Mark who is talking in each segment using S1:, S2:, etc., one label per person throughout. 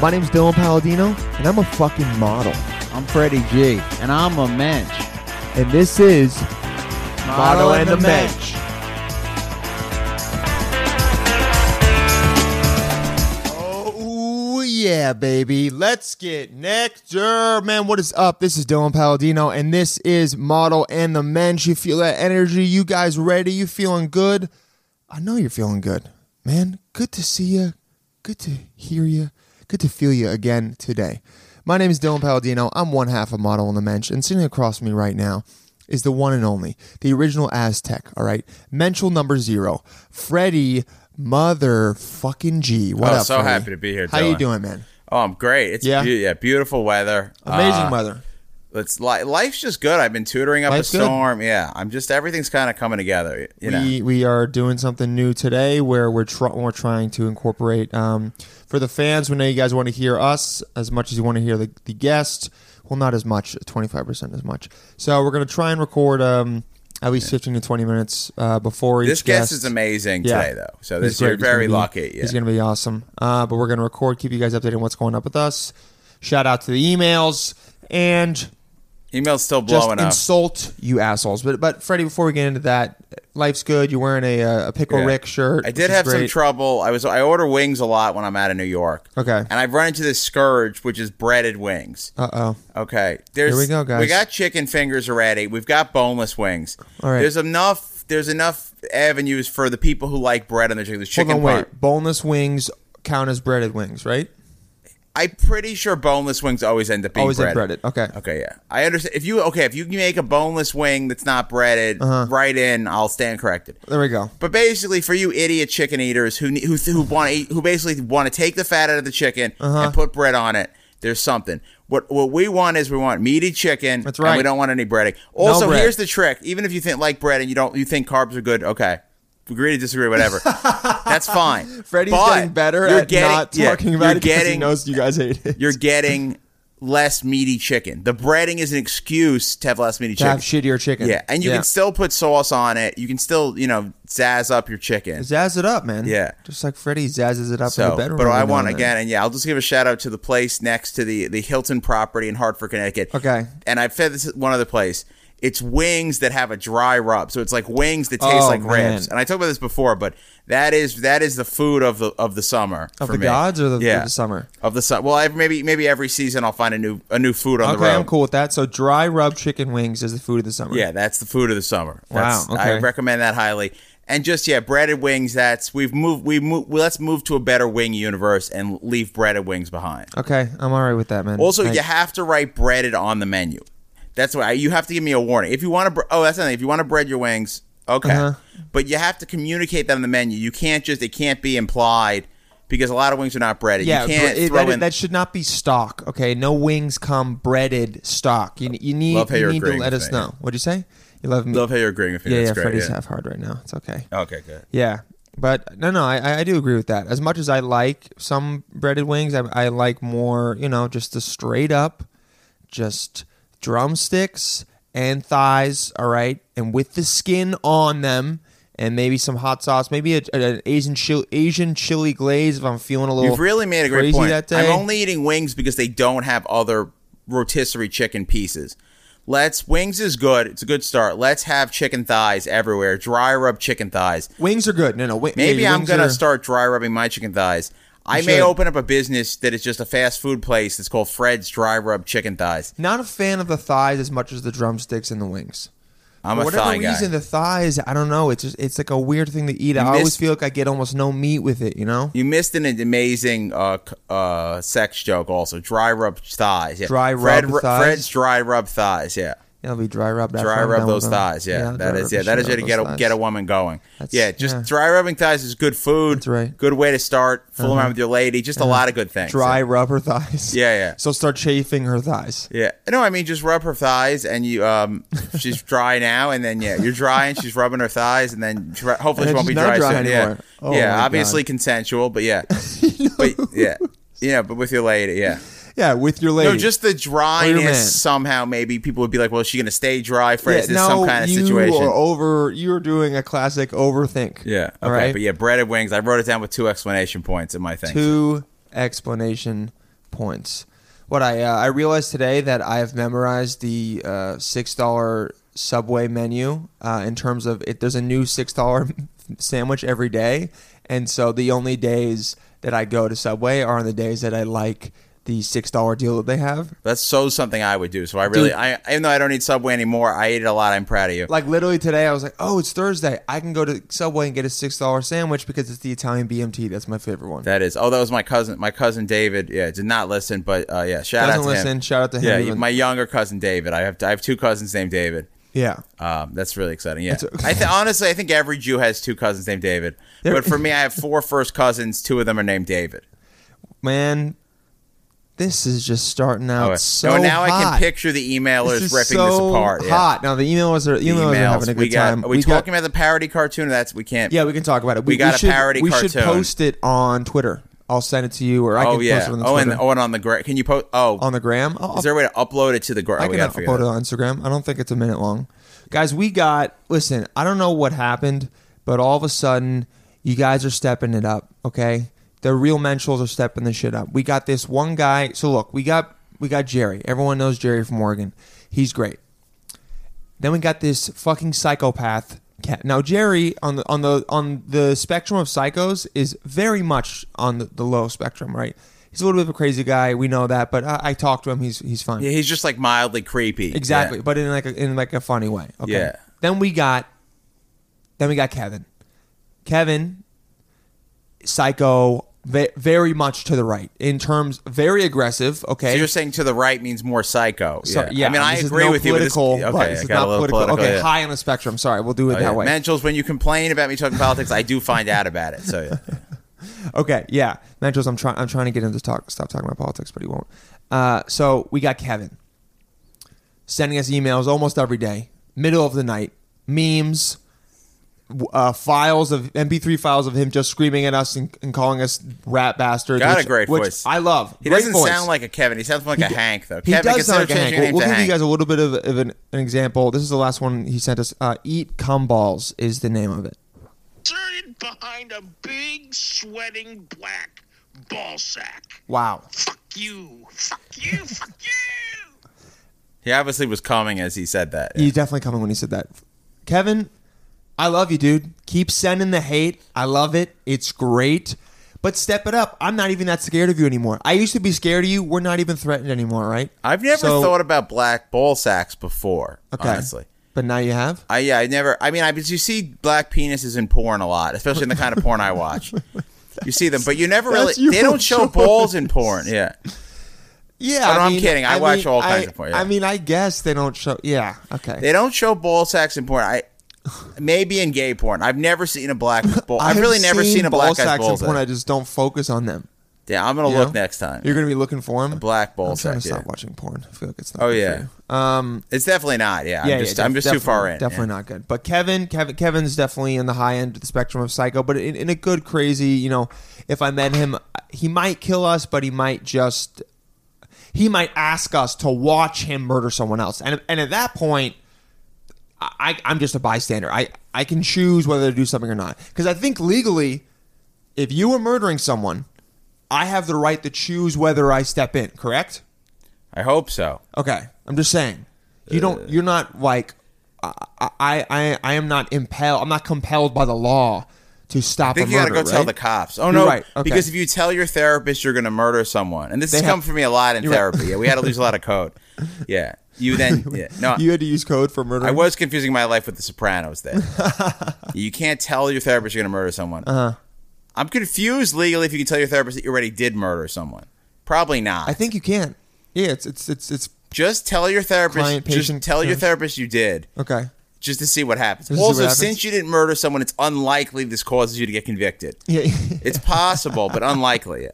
S1: My name's Dylan Palladino, and I'm a fucking model.
S2: I'm Freddie G, and I'm a mensch.
S1: And this is Model and the Mensch. Oh yeah, baby. Let's get nectar. Man, what is up? This is Dylan Palladino, and this is Model and the Mensch. You feel that energy? You guys ready? You feeling good? I know you're feeling good, man. Good to see you. Good to hear you. Good to feel you again today. My name is Dylan Palladino. I'm one half of Model on the Mensch, and sitting across from me right now is the one and only, the original Aztec. All right, Menschel number zero, Freddie motherfucking G. What
S3: Oh,
S1: up?
S3: so
S1: Freddie?
S3: happy to be here,
S1: How you
S3: Dylan.
S1: doing, man?
S3: Oh, I'm great. It's
S1: Yeah.
S3: yeah, yeah beautiful weather.
S1: Amazing
S3: Uh,
S1: weather.
S3: It's li- life's just good. I've been tutoring up
S1: Life's
S3: a
S1: good.
S3: storm. Yeah, I'm just everything's kind of coming together. y- You know,
S1: we we are doing something new today where we're tr- we're trying to incorporate um, for the fans. We know you guys want to hear us as much as you want to hear the, the guest. Well, not as much, twenty five percent as much. So we're gonna try and record um, at least fifteen to twenty minutes uh, before
S3: this
S1: each
S3: guest
S1: guest.
S3: is amazing
S1: Yeah.
S3: today, though. So
S1: He's
S3: this
S1: great.
S3: you're
S1: He's gonna
S3: very
S1: be-
S3: lucky. Yeah.
S1: He's gonna be awesome. Uh, but we're gonna record, keep you guys updated on what's going up with us. Shout out to the emails and
S3: Email's still
S1: just
S3: blowing up.
S1: insult you assholes. But but Freddie, before we get into that, life's good. You're wearing a, uh, a pickle
S3: Yeah.
S1: Rick shirt.
S3: I
S1: which is
S3: did have some
S1: great.
S3: trouble. I was I order wings a lot when I'm out of New York.
S1: Okay.
S3: And I've run into this scourge, which is breaded wings.
S1: Uh oh.
S3: Okay. There's,
S1: Here we go, guys.
S3: We got chicken fingers already. We've got boneless wings.
S1: All right.
S3: There's enough. There's enough avenues for the people who like bread on their chicken. There's
S1: Hold
S3: chicken
S1: on, wait.
S3: parm.
S1: Boneless wings count as breaded wings, right?
S3: I'm pretty sure boneless wings always end up being
S1: Always
S3: breaded.
S1: breaded. breaded. Okay.
S3: Okay, yeah. I understand. If you okay, if you can make a boneless wing that's not breaded,
S1: Uh-huh.
S3: right in, I'll stand corrected.
S1: There we go.
S3: But basically, for you idiot chicken eaters who ne- who who want to eat, who basically want to take the fat out of the chicken
S1: Uh-huh.
S3: and put bread on it, there's something. What what we want is we want meaty chicken.
S1: That's
S3: And
S1: right.
S3: we don't want any breading. Also,
S1: bread.
S3: here's the trick: even if you think like bread and you don't, you think carbs are good. Okay, agree to disagree, whatever. That's fine.
S1: Freddie's
S3: But
S1: getting better
S3: you're
S1: at not
S3: yeah,
S1: talking about
S3: you're
S1: it because he
S3: getting-
S1: knows you guys hate it.
S3: you're getting less meaty chicken. The breading is an excuse to have less meaty
S1: to
S3: chicken.
S1: have shittier chicken.
S3: yeah, and you can still put sauce on it. You can still, you know, zazz up your chicken.
S1: zazz it up, man.
S3: Yeah.
S1: Just like Freddie zazzes it up in
S3: So,
S1: the bedroom.
S3: but
S1: every
S3: I
S1: now
S3: want
S1: and then.
S3: again, and yeah, I'll just give a shout out to the place next to the the Hilton property in Hartford, Connecticut.
S1: Okay.
S3: and I've fed this at one other place. It's wings that have a dry rub, so it's like wings that taste
S1: Oh,
S3: like
S1: man.
S3: ribs. And I talked about this before, but that is that is the food of the of the summer
S1: Of
S3: for
S1: the
S3: me.
S1: gods or the,
S3: yeah
S1: or the summer?
S3: of the summer. Well, I, maybe maybe every season I'll find a new a new food on the
S1: Okay,
S3: road.
S1: I'm cool with that. So dry rub chicken wings is the food of the summer.
S3: Yeah, that's the food of the summer. That's,
S1: Wow,
S3: I
S1: okay.
S3: recommend that highly. And just yeah, breaded wings. That's we've moved. We move. Let's move to a better wing universe and leave breaded wings behind.
S1: Okay, I'm all right with that, man.
S3: Also,
S1: Thanks.
S3: you have to write breaded on the menu. That's why you have to give me a warning. If you want to, bre- oh, that's something. If you want to bread your wings, okay.
S1: Uh-huh.
S3: But you have to communicate that on the menu. You can't just. It can't be implied because a lot of wings are not breaded.
S1: Yeah,
S3: you can't
S1: bre- it-
S3: throw
S1: that,
S3: in.
S1: that should not be stock. Okay, no wings come breaded stock. You, you need
S3: Love how
S1: you
S3: you're
S1: need to
S3: agreeing
S1: let
S3: with
S1: us
S3: me.
S1: know. What'd you say? You love me?
S3: love how you're agreeing with me.
S1: yeah,
S3: that's
S1: yeah.
S3: great.
S1: Freddie's
S3: yeah.
S1: half hard right now. It's okay.
S3: Okay, good.
S1: Yeah, but no, no, I- I, I do agree with that. As much as I like some breaded wings, I, I like more. You know, just the straight up, just drumsticks and thighs. All right, and with the skin on them. And maybe some hot sauce, maybe a, a- an Asian chili, Asian chili glaze. If I'm feeling a little,
S3: You've really made a great
S1: crazy
S3: point.
S1: That day.
S3: I'm only eating wings because they don't have other rotisserie chicken pieces. Let's wings is good. It's a good start. Let's have chicken thighs everywhere. Dry rub chicken thighs.
S1: Wings are good. No, no. Wi-
S3: Maybe
S1: yeah, your
S3: I'm
S1: wings
S3: gonna
S1: are-
S3: start dry rubbing my chicken thighs. I may
S1: should.
S3: open up a business that is just a fast food place that's called Fred's Dry Rub Chicken Thighs.
S1: Not a fan of the thighs as much as the drumsticks and the wings.
S3: I'm
S1: For
S3: a
S1: whatever
S3: thigh guy.
S1: reason, the thighs. I don't know. It's just, it's like a weird thing to eat. I always
S3: missed-
S1: feel like I get almost no meat with it. You know.
S3: you missed an amazing uh, c- uh, sex joke. Also, dry rub thighs. Yeah.
S1: Dry
S3: Fred
S1: rub
S3: Ru-
S1: thighs?
S3: Fred's dry rub thighs. Yeah.
S1: Yeah, I'll be dry rubbed. after
S3: dry
S1: I'm
S3: rub
S1: done
S3: those
S1: with them.
S3: thighs. Yeah,
S1: I'll dry
S3: that is
S1: rub
S3: yeah,
S1: the
S3: that
S1: shit out
S3: is way to
S1: of
S3: get
S1: those
S3: a,
S1: thighs.
S3: get a woman going.
S1: That's-
S3: yeah, just
S1: yeah.
S3: dry rubbing thighs is good food.
S1: That's right. Uh-huh.
S3: Good way to start. Fool around with your lady. Just a lot of good things.
S1: Dry rub her thighs.
S3: Yeah, yeah.
S1: So start chafing her thighs.
S3: Yeah. No, I mean just rub her thighs, and you um, she's dry now, and then yeah, you're dry, and she's rubbing her thighs, and then she,
S1: And
S3: hopefully she won't
S1: she's
S3: be
S1: not
S3: dry,
S1: dry
S3: soon.
S1: anymore.
S3: Yeah.
S1: Oh my
S3: yeah.
S1: God.
S3: Obviously consensual, but yeah. But yeah. Yeah, but with your lady, yeah.
S1: Yeah, with your lady.
S3: No, just the
S1: man.
S3: dryness somehow. Maybe people would be like, "Well, is she going to stay dry for
S1: yeah,
S3: is this
S1: no,
S3: some kind of
S1: you
S3: situation?"
S1: are over. You're doing a classic overthink.
S3: Yeah. Okay.
S1: All right.
S3: But yeah, breaded wings. I wrote it down with two explanation points in my thing.
S1: Two explanation points. What I uh, I realized today that I have memorized the uh, six dollar Subway menu uh, in terms of it. There's a new six dollar sandwich every day, and so the only days that I go to Subway are on the days that I like the six dollar deal that they have.
S3: That's so something I would do. So I really,
S1: Dude.
S3: I even though I don't eat Subway anymore, I ate it a lot. I'm proud of you.
S1: Like literally today, I was like, "Oh, it's Thursday. I can go to Subway and get a six dollar sandwich because it's the Italian BMT. That's my favorite one."
S3: That is. Oh, that was my cousin. My cousin David. Yeah, did not listen, but uh, yeah, shout
S1: Doesn't
S3: out to
S1: listen.
S3: him.
S1: Shout out to him.
S3: yeah,
S1: even-
S3: my younger cousin David. I have I have two cousins named David.
S1: yeah.
S3: Um, that's really exciting. Yeah,
S1: That's-
S3: I th- honestly, I think every Jew has two cousins named David.
S1: There-
S3: But for me, I have four first cousins. Two of them are named David.
S1: man, this is just starting out
S3: Oh,
S1: so
S3: no, now I can
S1: hot.
S3: picture the emailers
S1: This is
S3: ripping
S1: so
S3: this apart. Yeah.
S1: Hot. Now the emailers are the
S3: The
S1: emailers, are having a
S3: we
S1: good
S3: got.
S1: time.
S3: Are we,
S1: We got-
S3: talking about the parody cartoon? That's we can't.
S1: yeah, we can talk about it.
S3: We got a
S1: should,
S3: parody
S1: We should
S3: cartoon.
S1: post it on Twitter. I'll send it to you, or I
S3: Oh
S1: can
S3: yeah.
S1: post it on the
S3: oh, and
S1: Twitter.
S3: oh, and on the gra- can you post? Oh,
S1: on the gram. I'll-
S3: is there a way to upload it to the gra-
S1: I
S3: oh, we
S1: can
S3: gotta figure
S1: upload it
S3: that out.
S1: on Instagram. I don't think it's a minute long. Guys, we got listen, I don't know what happened, but all of a sudden you guys are stepping it up, okay? The real menschels are stepping the shit up. We got this one guy. So look, we got we got Jerry. Everyone knows Jerry from Oregon. He's great. Then we got this fucking psychopath cat. Now Jerry on the on the on the spectrum of psychos is very much on the, the low spectrum, right? He's a little bit of a crazy guy. We know that, but I, I talked to him. He's he's fine.
S3: Yeah, he's just like mildly creepy.
S1: Exactly,
S3: Yeah.
S1: but in like a, in like a funny way. Okay.
S3: Yeah.
S1: Then we got, then we got Kevin. Kevin, psycho, ve- very much to the right in terms, very aggressive. Okay.
S3: So you're saying to the right means more psycho.
S1: So-
S3: yeah. I mean, I
S1: this is
S3: agree
S1: no
S3: with
S1: political,
S3: you. But this,
S1: but
S3: okay,
S1: this
S3: I
S1: is
S3: got
S1: not
S3: a little
S1: political. okay,
S3: yeah.
S1: high on the spectrum. Sorry, we'll do it
S3: Oh,
S1: that
S3: yeah.
S1: way.
S3: Manchel's, when you complain about me talking politics, I do find out about it. So yeah.
S1: Okay, yeah, Mentors. I'm trying. I'm trying to get him to talk. Stop talking about politics, but he won't. Uh, so we got Kevin sending us emails almost every day, middle of the night, memes, w- uh, files of MP3 files of him just screaming at us and, and calling us rat bastards.
S3: Got a
S1: which-
S3: great
S1: which
S3: voice.
S1: I love.
S3: he
S1: Great
S3: doesn't
S1: voice.
S3: sound like a Kevin. He sounds more like a Hank though.
S1: He
S3: Kevin
S1: does sound like a
S3: consider
S1: Hank.
S3: changing
S1: We'll,
S3: your name
S1: we'll
S3: to
S1: give
S3: Hank.
S1: you guys a little bit of, of an, an example. This is the last one he sent us. Uh, Eat cum balls is the name of it.
S4: inserted behind a big sweating black ball sack.
S1: Wow.
S4: Fuck you. Fuck you. Fuck you.
S3: He obviously was coming as he said that.
S1: You definitely coming when he said that. Kevin, I love you, dude. Keep sending the hate. I love it. It's great. But step it up. I'm not even that scared of you anymore. I used to be scared of you. We're not even threatened anymore, right?
S3: I've never
S1: So-
S3: thought about black ball sacks before. Honestly.
S1: But now you have?
S3: I yeah, I never. I mean, I but you see black penises in porn a lot, especially in the kind of porn I watch. You see them, but you never really.
S1: That's your
S3: They don't show
S1: choice.
S3: balls in porn. Yeah,
S1: Yeah.
S3: Oh, no, I'm kidding. I watch all kinds
S1: I-
S3: of porn, yeah.
S1: I mean, I guess they don't show. Yeah. Okay.
S3: they don't show ball sacks in porn. I maybe in gay porn. I've never seen a black ball. I've,
S1: have
S3: really never seen a
S1: ball
S3: black guy's
S1: sacks in
S3: balls.
S1: porn. I just don't focus on them.
S3: yeah, I'm gonna
S1: you
S3: look
S1: know?
S3: next time.
S1: You're going to be looking for them?
S3: black ball
S1: I'm trying to
S3: sack.
S1: stop
S3: Yeah.
S1: watching porn. I feel like it's not.
S3: Oh
S1: good for
S3: yeah,
S1: you. Um,
S3: it's definitely not. Yeah,
S1: yeah,
S3: I'm just,
S1: yeah,
S3: I'm
S1: def-
S3: just too far
S1: definitely-
S3: in.
S1: Definitely not good. But Kevin, Kevin, Kevin's definitely in the high end of the spectrum of psycho, but in, in a good crazy. You know, if I met him, he might kill us, but he might just he might ask us to watch him murder someone else, and and at that point. I, I'm just a bystander. I, I can choose whether to do something or not. Because I think legally, if you were murdering someone, I have the right to choose whether I step in, correct?
S3: Yeah. I hope so.
S1: Okay, I'm just saying. You
S3: Uh.
S1: don't. You're not like. I. I. I, I am not impelled. I'm not compelled by the law to stop.
S3: I think
S1: a
S3: you
S1: murder,
S3: gotta go tell
S1: right?
S3: the cops. Oh no,
S1: right, okay.
S3: because if you tell your therapist you're gonna murder someone, and this has
S1: They have-
S3: come for me a lot in
S1: You're right.
S3: therapy. Yeah, we had to lose a lot of code. Yeah, you then. Yeah. No,
S1: You had to use code for murder.
S3: I was confusing my life with The Sopranos. Then you can't tell your therapist you're gonna murder someone. Uh-huh. I'm confused legally if you can tell your therapist that you already did murder someone. Probably not.
S1: I think you can. Yeah. It's. It's. It's. It's.
S3: just tell your therapist.
S1: Client, patient,
S3: just tell your
S1: therapist.
S3: therapist you did,
S1: Okay.
S3: just to see what happens.
S1: Just to see
S3: also,
S1: what happens.
S3: since you didn't murder someone, it's unlikely this causes you to get convicted.
S1: Yeah.
S3: It's possible, but unlikely.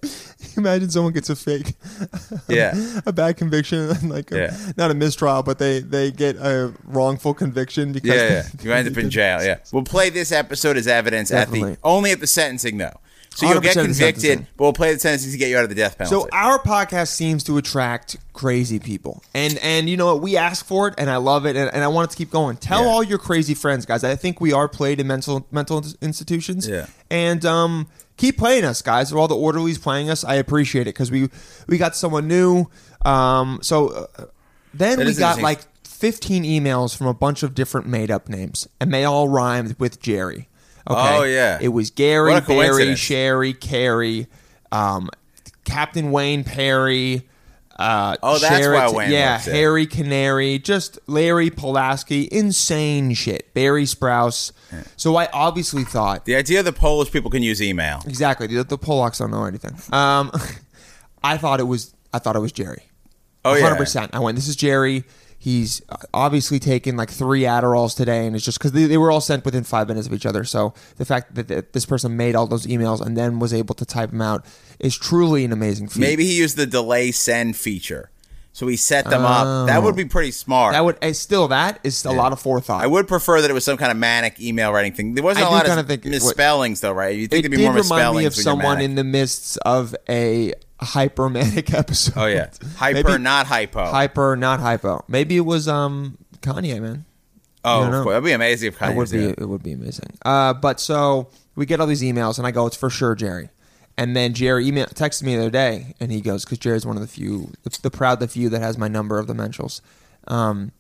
S1: Imagine someone gets a fake.
S3: Yeah.
S1: a bad conviction, like a,
S3: Yeah.
S1: not a mistrial, but they they get a wrongful conviction because
S3: Yeah, yeah.
S1: they-
S3: you end
S1: they
S3: up in
S1: did-
S3: jail. Yeah, we'll play this episode as evidence at
S1: Definitely.
S3: the only at the sentencing though. So you'll
S1: 100% the
S3: get
S1: sentence
S3: convicted,
S1: in.
S3: but we'll play the sentence to get you out of the death penalty.
S1: So our podcast seems to attract crazy people, and and you know what? We ask for it, and I love it, and, and I want it to keep going. Tell
S3: Yeah.
S1: all your crazy friends, guys. I think we are played in mental mental ins- institutions.
S3: Yeah.
S1: and um, keep playing us, guys. All the orderlies playing us, I appreciate it because we we got someone new. Um, so uh, then
S3: That
S1: we
S3: is
S1: got
S3: interesting.
S1: like fifteen emails from a bunch of different made up names, and they all rhymed with Jerry. Okay?
S3: Oh, yeah.
S1: it was Gary,
S3: What a
S1: Barry,
S3: coincidence.
S1: Sherry, Carey, um, Captain Wayne Perry. Uh,
S3: Oh, that's why
S1: Sheraton-
S3: Wayne
S1: Yeah,
S3: likes it.
S1: Harry Canary, just Larry Pulaski, insane shit. Barry Sprouse. So I obviously thought
S3: the idea the Polish people can use email.
S1: exactly the, the Polacks don't know anything. Um, I thought it was I thought it was Jerry.
S3: Oh yeah,
S1: 100%. I went, this is Jerry. He's uh, obviously taken like three Adderalls today, and it's just because they, they were all sent within five minutes of each other. So the fact that, that this person made all those emails and then was able to type them out is truly an amazing feat.
S3: Maybe he used the delay send feature, so he set them up. That would be pretty smart.
S1: Oh. that would eh, still that is a lot of forethought.
S3: I would prefer that it was some kind of manic email writing thing. There wasn't
S1: I
S3: a
S1: do
S3: lot
S1: kinda
S3: of
S1: think it was-
S3: misspellings, though, right? You think
S1: it
S3: there'd be
S1: did
S3: more
S1: remind
S3: misspellings
S1: me of
S3: when you're
S1: someone
S3: manic.
S1: in the midst of a hypermanic episode.
S3: Oh yeah, hyper,
S1: Maybe-
S3: not hypo.
S1: hyper, not hypo. Maybe it was um Kanye, man.
S3: oh,
S1: I
S3: of
S1: don't know.
S3: course. that'd be amazing if Kanye
S1: It would
S3: was
S1: be
S3: in it.
S1: it would be amazing. Uh, but so we get all these emails, and I go, "It's for sure, Jerry." And then Jerry email texted me the other day, and he goes, "Because Jerry's one of the few, the, the proud, the few that has my number of the Menschels." Um,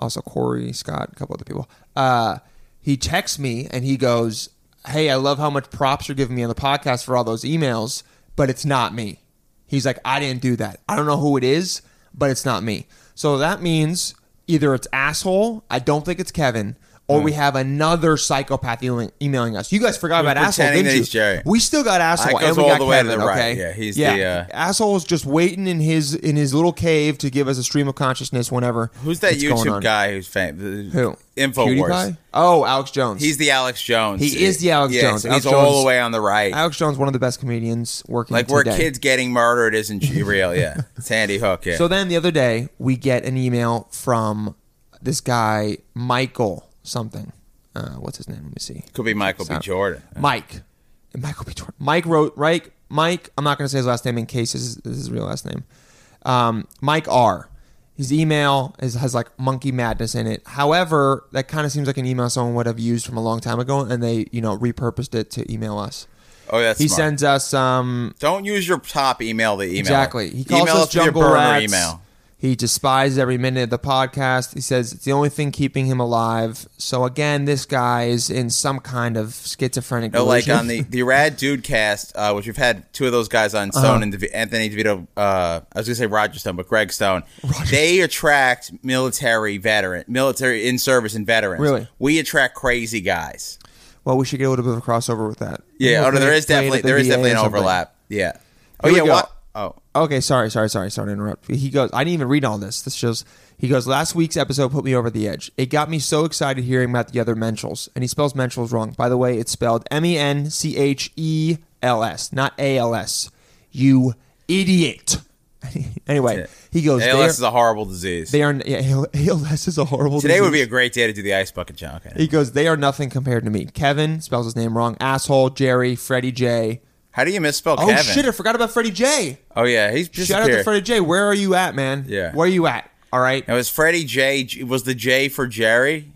S1: also Corey Scott, a couple other people. Uh, he texts me, and he goes, "Hey, I love how much props you're giving me on the podcast for all those emails, but it's not me." He's like, "I didn't do that. I don't know who it is, but it's not me." So that means either it's asshole. I don't think it's Kevin. Or
S3: Hmm.
S1: we have another psychopath emailing emailing us. You guys forgot about asshole,
S3: pretending
S1: didn't
S3: that
S1: you?
S3: he's Jerry.
S1: We still got asshole,
S3: That goes
S1: and we
S3: all
S1: got
S3: the way to
S1: Kevin.
S3: the right.
S1: okay,
S3: Yeah, he's
S1: yeah.
S3: the, uh,
S1: asshole's just waiting in his in his little cave to give us a stream of consciousness whenever.
S3: Who's that
S1: it's going
S3: YouTube
S1: on.
S3: guy who's famous?
S1: Who?
S3: Infowars.
S1: PewDiePie? Oh, Alex Jones.
S3: He's the Alex Jones.
S1: He is the Alex
S3: Yeah,
S1: Jones.
S3: so
S1: Alex
S3: he's all
S1: Jones-
S3: the way on the right.
S1: Alex Jones, one of the best comedians working
S3: like where
S1: today.
S3: kids getting murdered isn't g- real. Yeah, Sandy Hook. Yeah.
S1: So then the other day we get an email from this guy Michael something. Uh, what's his name? Let me see.
S3: could be Michael B.
S1: Sound-
S3: Jordan.
S1: Mike. Michael B. Jordan. Mike wrote right. Mike. I'm not going to say his last name in case this is, this is his real last name. Um, Mike R. His email is, has like monkey madness in it. However, that kind of seems like an email someone would have used from a long time ago, and they you know repurposed it to email us.
S3: Oh, that's
S1: He
S3: smart.
S1: sends us um,
S3: Don't use your top email to email.
S1: Exactly. He calls
S3: email
S1: us
S3: with your
S1: jungle
S3: burner
S1: rats.
S3: email.
S1: He despises every minute of the podcast. He says it's the only thing keeping him alive. So again, this guy is in some kind of schizophrenic.
S3: No, like
S1: delusion.
S3: on the the Rad Dude cast, uh, which we've had two of those guys on
S1: Uh-huh.
S3: Stone and Devi- Anthony DeVito. Uh, I was gonna say Roger Stone, but Greg Stone. They attract military veteran, military in service and veterans.
S1: Really?
S3: we attract crazy guys.
S1: well, we should get a little bit of a crossover with that.
S3: Yeah. Oh no, there is
S1: Play it at
S3: definitely
S1: the
S3: there is
S1: VA
S3: definitely
S1: or
S3: an
S1: something.
S3: overlap. Yeah. Oh
S1: Here we
S3: yeah.
S1: go.
S3: What? Oh.
S1: Okay, sorry, sorry, sorry, sorry to interrupt. He goes, I didn't even read all this. This shows he goes, last week's episode put me over the edge. It got me so excited hearing about the other Menschels. And he spells Menschels wrong. By the way, it's spelled M E N C H E L S, not A L S. You idiot. anyway, he goes, they
S3: ALS is
S1: are,
S3: a horrible disease.
S1: they are yeah, ALS is a horrible
S3: Today would be
S1: disease.
S3: a great day to do the ice bucket challenge.
S1: He goes, they are nothing compared to me. Kevin spells his name wrong. Asshole, Jerry, Freddie J.
S3: How do you misspell
S1: Oh
S3: Kevin?
S1: shit, I forgot about Freddie J.
S3: Oh yeah, he's
S1: Shout out to
S3: disappeared.
S1: Freddie J. Where are you at, man?
S3: Yeah.
S1: Where are you at? All right,
S3: Now is Freddie J? J- Was the J for Jerry?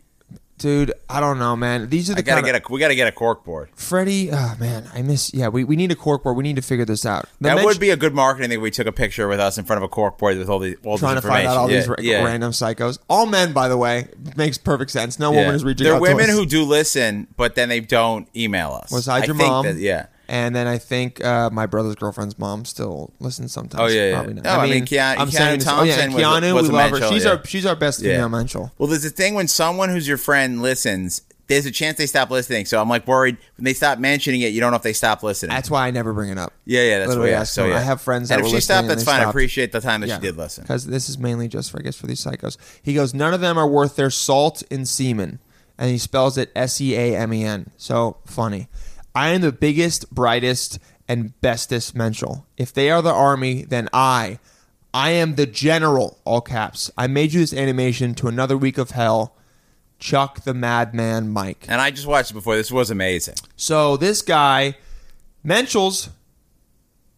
S1: dude. I don't know, man. These are the
S3: I gotta
S1: kind
S3: get a we gotta get a cork board.
S1: of Freddie. Oh man, I miss. Yeah, we, we need a corkboard. We need to figure this out. The
S3: That
S1: men-
S3: would be a good marketing thing. if We took a picture with us in front of a cork board with all the all
S1: trying to
S3: this
S1: find out all these ra-
S3: information. yeah, yeah.
S1: random psychos. All men, by the way, makes perfect sense. No
S3: Yeah.
S1: woman is reaching.
S3: There are
S1: out
S3: women
S1: to us.
S3: who do listen, but then they don't email us.
S1: besides
S3: I
S1: your
S3: think
S1: mom.
S3: that- yeah.
S1: And then I think uh, my brother's girlfriend's mom still listens sometimes.
S3: Oh, yeah, yeah.
S1: Probably not.
S3: No, I mean, Keanu-
S1: I'm
S3: Keanu
S1: saying this- oh, yeah,
S3: Thompson was a-
S1: Keanu,
S3: was
S1: we
S3: a
S1: love her.
S3: Menschel,
S1: She's
S3: yeah.
S1: our she's our best
S3: Yeah.
S1: female Menschel.
S3: Well, there's a thing when someone who's your friend listens. There's a chance they stop listening, so I'm like worried when they stop mentioning it. You don't know if they stop listening.
S1: That's why I never bring it up.
S3: yeah, yeah, that's
S1: literally
S3: what. Yeah,
S1: ask
S3: so
S1: them.
S3: yeah.
S1: I have friends that
S3: And
S1: were
S3: if she
S1: listening
S3: stopped,
S1: and
S3: that's
S1: they
S3: fine. I
S1: stopped.
S3: appreciate the time that she did listen.
S1: Because this is mainly just for I guess for these psychos. He goes, none of them are worth their salt and semen, and he spells it S E A M E N. So funny. I am the biggest, brightest, and bestest mental. If they are the army, then I, I am the general. All caps. I made you this animation to another week of hell. Chuck the Madman, Mike.
S3: And I just watched it before. This was amazing.
S1: So this guy Menschels,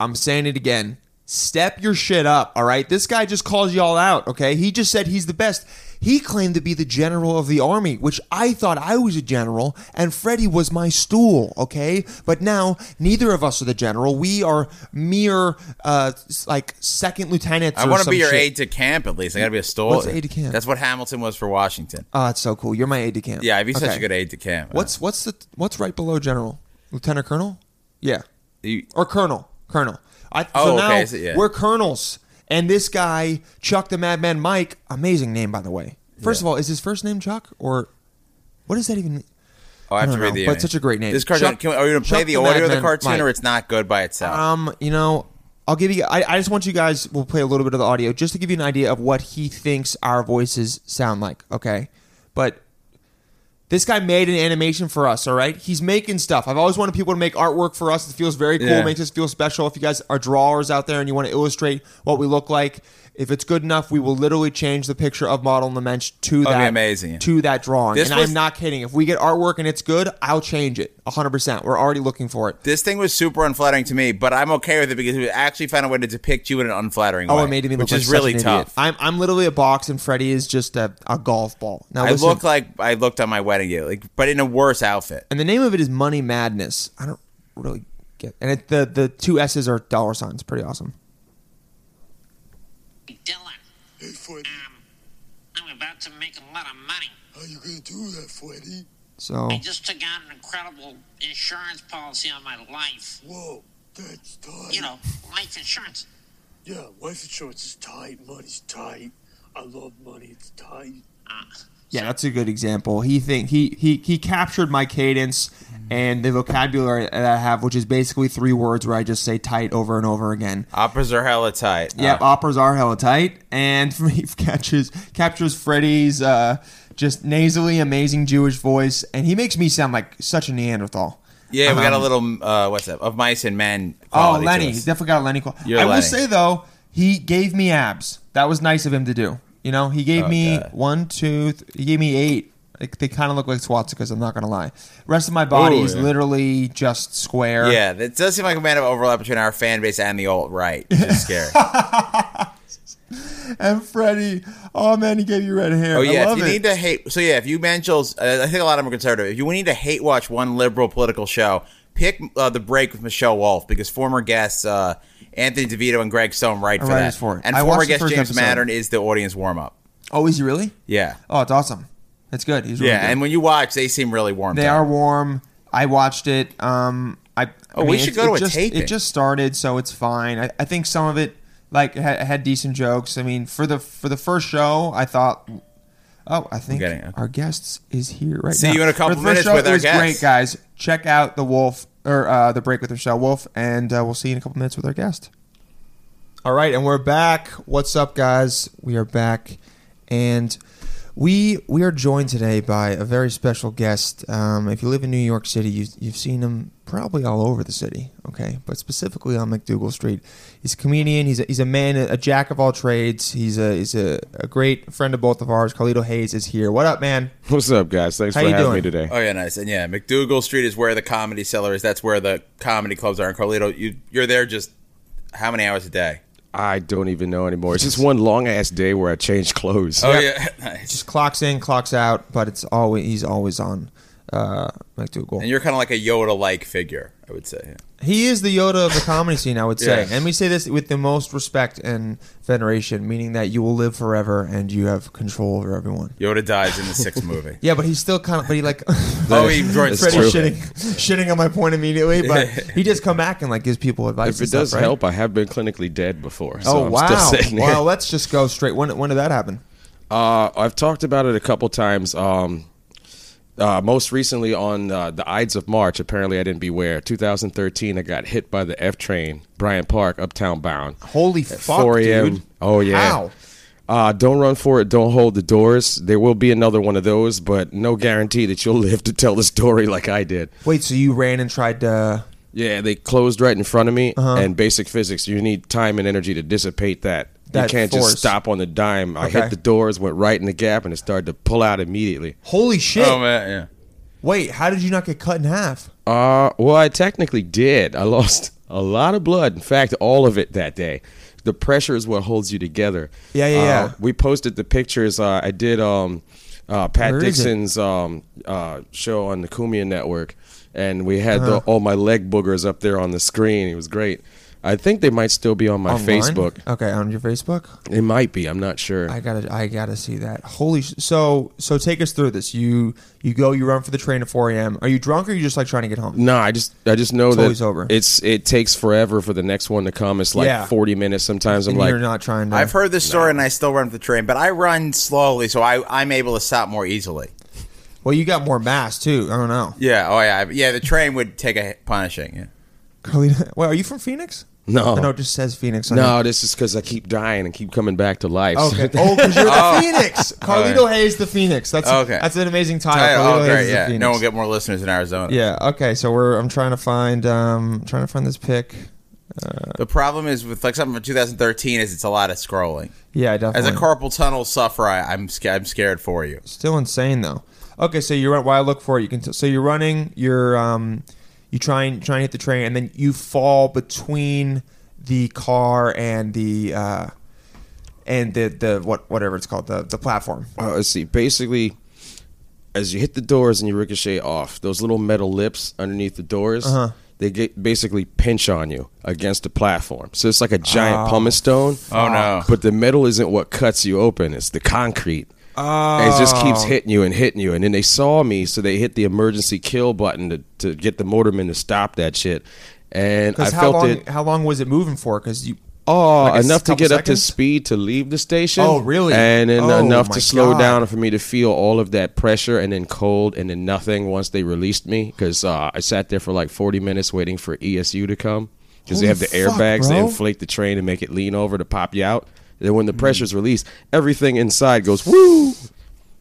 S1: I'm saying it again. Step your shit up, all right? This guy just calls y'all out, okay? He just said he's the best. He claimed to be the general of the army, which I thought I was a general, and Freddie was my stool, okay? But now neither of us are the general. We are mere, uh, s- like second lieutenants.
S3: I
S1: want
S3: want to be your aide to camp at least. I got to be a stool.
S1: What's aide de camp?
S3: That's what Hamilton was for Washington.
S1: Oh, it's so cool. You're my aide de camp.
S3: Yeah, I'd be such
S1: Okay.
S3: a good aide to camp.
S1: What's what's the what's right below general? Lieutenant colonel? Yeah.
S3: You-
S1: Or colonel. Colonel. I, so
S3: Oh,
S1: now
S3: okay, so- yeah.
S1: we're colonels. And this guy, Chuck the Madman Mike, amazing name by the way. First of all, is his first name Chuck or what does that even mean?
S3: oh, I have
S1: I
S3: to
S1: don't
S3: read
S1: know,
S3: the.
S1: but
S3: image.
S1: such a great name.
S3: This cartoon.
S1: Chuck-
S3: can we- are you gonna play
S1: Chuck
S3: the
S1: the
S3: audio of the
S1: Madman
S3: cartoon, or
S1: Mike.
S3: it's not good by itself?
S1: Um, you know, I'll give you I, I just want you guys we'll play a little bit of the audio just to give you an idea of what he thinks our voices sound like, okay? But this guy made an animation for us, all right? He's making stuff. I've always wanted people to make artwork for us. It feels very cool,
S3: Yeah.
S1: makes us feel special. If you guys are drawers out there and you want to illustrate what we look like, if it's good enough, we will literally change the picture of Model and the Mensch to
S3: That'd be
S1: that
S3: amazing.
S1: to that drawing.
S3: This
S1: and
S3: was-
S1: I'm not kidding. If we get artwork and it's good, I'll change it 100%. We're already looking for it.
S3: this thing was super unflattering to me, but I'm okay with it because we actually found a way to depict you in an unflattering way.
S1: Oh, it made me look
S3: which
S1: like
S3: is
S1: such
S3: really
S1: an idiot.
S3: tough.
S1: I'm I'm literally a box, and Freddie is just a, a golf ball. Now
S3: I
S1: listen,
S3: look like I looked on my wedding day, like, but in a worse outfit.
S1: and the name of it is Money Madness. I don't really get, and it, the the two S's are dollar signs. Pretty awesome.
S5: Dylan,
S6: Hey, Freddy,
S5: um, I'm about to make a lot of money.
S6: how you gonna do that, Freddy?
S1: So
S5: I just took out an incredible insurance policy on my life.
S6: Whoa, that's tight.
S5: You know, life insurance.
S6: Yeah, life insurance is tight, money's tight. I love money, it's tight.
S5: Uh,
S1: yeah, that's a good example. He think he he he captured my cadence and the vocabulary that I have, which is basically three words where I just say tight over and over again.
S3: Operas are hella tight.
S1: Yep,
S3: Uh,
S1: operas are hella tight, and he catches captures Freddy's uh, just nasally, amazing Jewish voice, and he makes me sound like such a Neanderthal.
S3: yeah, we got a
S1: Um,
S3: little uh, what's that of mice and men.
S1: Oh,
S3: quality to
S1: Lenny,
S3: us.
S1: he's definitely got a Lenny qual-
S3: You're
S1: I will
S3: Lenny.
S1: say though, he gave me abs. That was nice of him to do. You know, he gave
S3: Oh,
S1: me
S3: God.
S1: one, two, th- he gave me eight. Like, they kind of look like swastikas. I'm not gonna lie. Rest of my body
S3: Ooh,
S1: is
S3: yeah.
S1: literally just square.
S3: yeah, that does seem like a man of overlap between our fan base and the alt right. Which is scary. oh
S1: And Freddy, oh man, he gave you red hair. I
S3: yeah, if
S1: love
S3: you
S1: it.
S3: need to hate. So yeah, if you Menschels, uh, I think a lot of them are conservative. If you need to hate watch one liberal political show, pick uh, the break with Michelle Wolf because former guests uh, Anthony DeVito and Greg Stone write for
S1: writers
S3: that.
S1: for it.
S3: And
S1: I watched
S3: former
S1: the
S3: guest
S1: first
S3: James
S1: episode.
S3: Mattern is the audience warm up.
S1: oh, is he really?
S3: Yeah.
S1: Oh, it's awesome. That's good. He's really
S3: Yeah,
S1: good.
S3: and when you watch, they seem really warm.
S1: They are warm. I watched it. Um, I I
S3: Oh, we should
S1: it's-
S3: go
S1: it
S3: to a
S1: just,
S3: taping.
S1: It just started, so it's fine. I, I think some of it like had, had decent jokes. I mean, for the for the first show, I thought, oh, I think
S3: getting it.
S1: our guest is here right
S3: See
S1: now.
S3: you in a couple
S1: for the first
S3: minutes
S1: show,
S3: with
S1: it
S3: our
S1: was
S3: guest.
S1: Great guys, check out the Wolf or uh, the Break with Michelle Wolf, and uh, we'll see you in a couple minutes with our guest. All right, and we're back. What's up, guys? We are back, and we we are joined today by a very special guest. Um, if you live in New York City, you, you've seen him probably all over the city, okay? But specifically on McDougal Street, he's a comedian. He's a, he's a man, a jack of all trades. He's a he's a, a great friend of both of ours. Carlito Hayes is here. What up, man?
S7: What's up, guys? Thanks
S1: How
S7: for
S1: you
S7: having
S1: doing?
S7: me today.
S3: Oh yeah, nice. And yeah, McDougal Street is where the comedy cellar is. That's where the comedy clubs are. And Carlito, you you're there just how many hours a day?
S7: I don't even know anymore. It's just one long ass day where I change clothes.
S3: Oh yeah, nice.
S1: Just clocks in, clocks out, but it's always he's always on uh, McDougal.
S3: And you're kind of like a Yoda-like figure, I would say. yeah.
S1: He is the Yoda of the comedy scene, I would say.
S3: Yeah.
S1: And we say this with the most respect and veneration, meaning that you will live forever and you have control over everyone.
S3: Yoda dies in the sixth movie.
S1: Yeah, but he's still kind of, but he like,
S3: Oh, he joins.
S7: It's
S1: Freddie
S7: true.
S1: shitting, shitting on my point immediately, but he just come back and like gives people advice.
S7: If
S1: and
S7: it does
S1: stuff, right?
S7: help, I have been clinically dead before. So
S1: Oh
S7: I'm
S1: wow!
S7: Still sitting here.
S1: Well, let's just go straight. When when did that happen?
S7: Uh, I've talked about it a couple times. Um, uh, most recently on uh, the Ides of March, apparently I didn't beware. 2013, I got hit by the F train, Bryant Park, Uptown Bound.
S1: Holy fuck,
S7: 4 a.m.
S1: dude!
S7: Oh yeah.
S1: How?
S7: Uh, don't run for it. Don't hold the doors. There will be another one of those, but no guarantee that you'll live to tell the story like I did.
S1: Wait, so you ran and tried to?
S7: Yeah, they closed right in front of me.
S1: Uh-huh.
S7: And basic physics, you need time and energy to dissipate that.
S1: That
S7: you can't
S1: force.
S7: just stop on the dime. I
S1: Okay.
S7: hit the doors, went right in the gap, and it started to pull out immediately.
S1: Holy shit!
S3: Oh man, yeah.
S1: Wait, how did you not get cut in half?
S7: Uh, well, I technically did. I lost a lot of blood. In fact, all of it that day. The pressure is what holds you together.
S1: Yeah, yeah,
S7: Uh,
S1: yeah.
S7: We posted the pictures. Uh, I did um, uh, Pat
S1: Where is it?
S7: Dixon's um, uh, show on the Kumia Network, and we had
S1: Uh-huh.
S7: the, all my leg boogers up there on the screen. It was great. I think they might still be on my
S1: Online?
S7: Facebook.
S1: Okay, on your Facebook.
S7: It might be. I'm not sure.
S1: I gotta, I gotta see that. Holy, sh- so, so take us through this. You, you go, you run for the train at 4 a.m. Are you drunk or are you just like trying to get home?
S7: No, I just I just know
S1: It's
S7: that
S1: always over.
S7: it's it takes forever for the next one to come. It's like
S1: Yeah.
S7: 40 minutes sometimes. I'm
S1: and
S7: like
S1: you're not trying to.
S3: I've heard this story and I still run for the train, but I run slowly, so I, I'm able to stop more easily.
S1: well, you got more mass too. I don't know.
S3: Yeah. Oh, yeah. I- Yeah. The train would take a punishing. Yeah.
S1: Carlita, wait, are you from Phoenix?
S7: No.
S1: no, it just says Phoenix. on
S7: No, this is because I keep dying and keep coming back to life.
S1: it. Uh-huh. Okay. Oh, because you're the Phoenix. Carlito
S3: Oh,
S1: Hayes, the Phoenix. That's
S3: Okay.
S1: That's an amazing title.
S3: All right,
S1: Carlito
S3: oh,
S1: Hayes
S3: great.
S1: is the
S3: Yeah.
S1: Phoenix.
S3: No one get more listeners in Arizona.
S1: Yeah. Okay. So we're. I'm trying to find. Um. Trying to find this pick.
S3: The problem is with like something from 2013 is it's a lot of scrolling.
S1: Yeah.
S3: As
S1: Definitely.
S3: a carpal tunnel sufferer, I, I'm scared. I'm scared for you.
S1: Still insane though. Okay. So you run. While I look for it, you can. T- so you're running. You're. Um. You try and try and hit the train, and then you fall between the car and the. uh and the, the what whatever it's called the the platform
S7: Uh, let's see. Basically, as you hit the doors and you ricochet off, those little metal lips underneath the doors,
S1: Uh-huh.
S7: they get basically pinch on you against the platform. So it's like a giant pumice stone.
S3: Oh, no.
S7: But the metal isn't what cuts you open; it's the concrete. And it just
S1: Oh.
S7: keeps hitting you and hitting you. And then they saw me, so they hit the emergency kill button to, to get the motorman to stop that shit. And I
S1: because how
S7: felt
S1: long
S7: it.
S1: how long was it moving for because you
S7: Oh,
S1: Like a s-
S7: enough to
S1: couple
S7: get up to
S1: seconds?
S7: speed to leave the station.
S1: Oh, really?
S7: And then
S1: Oh,
S7: enough
S1: my
S7: to slow
S1: God.
S7: down for me to feel all of that pressure and then cold and then nothing once they released me because uh, I sat there for like 40 minutes waiting for ESU to come because they
S1: Holy
S7: have the
S1: fuck,
S7: airbags to
S1: bro. Hmm.
S7: inflate the train and make it lean over to pop you out. Then when the pressure's released, everything inside goes woo. Oh,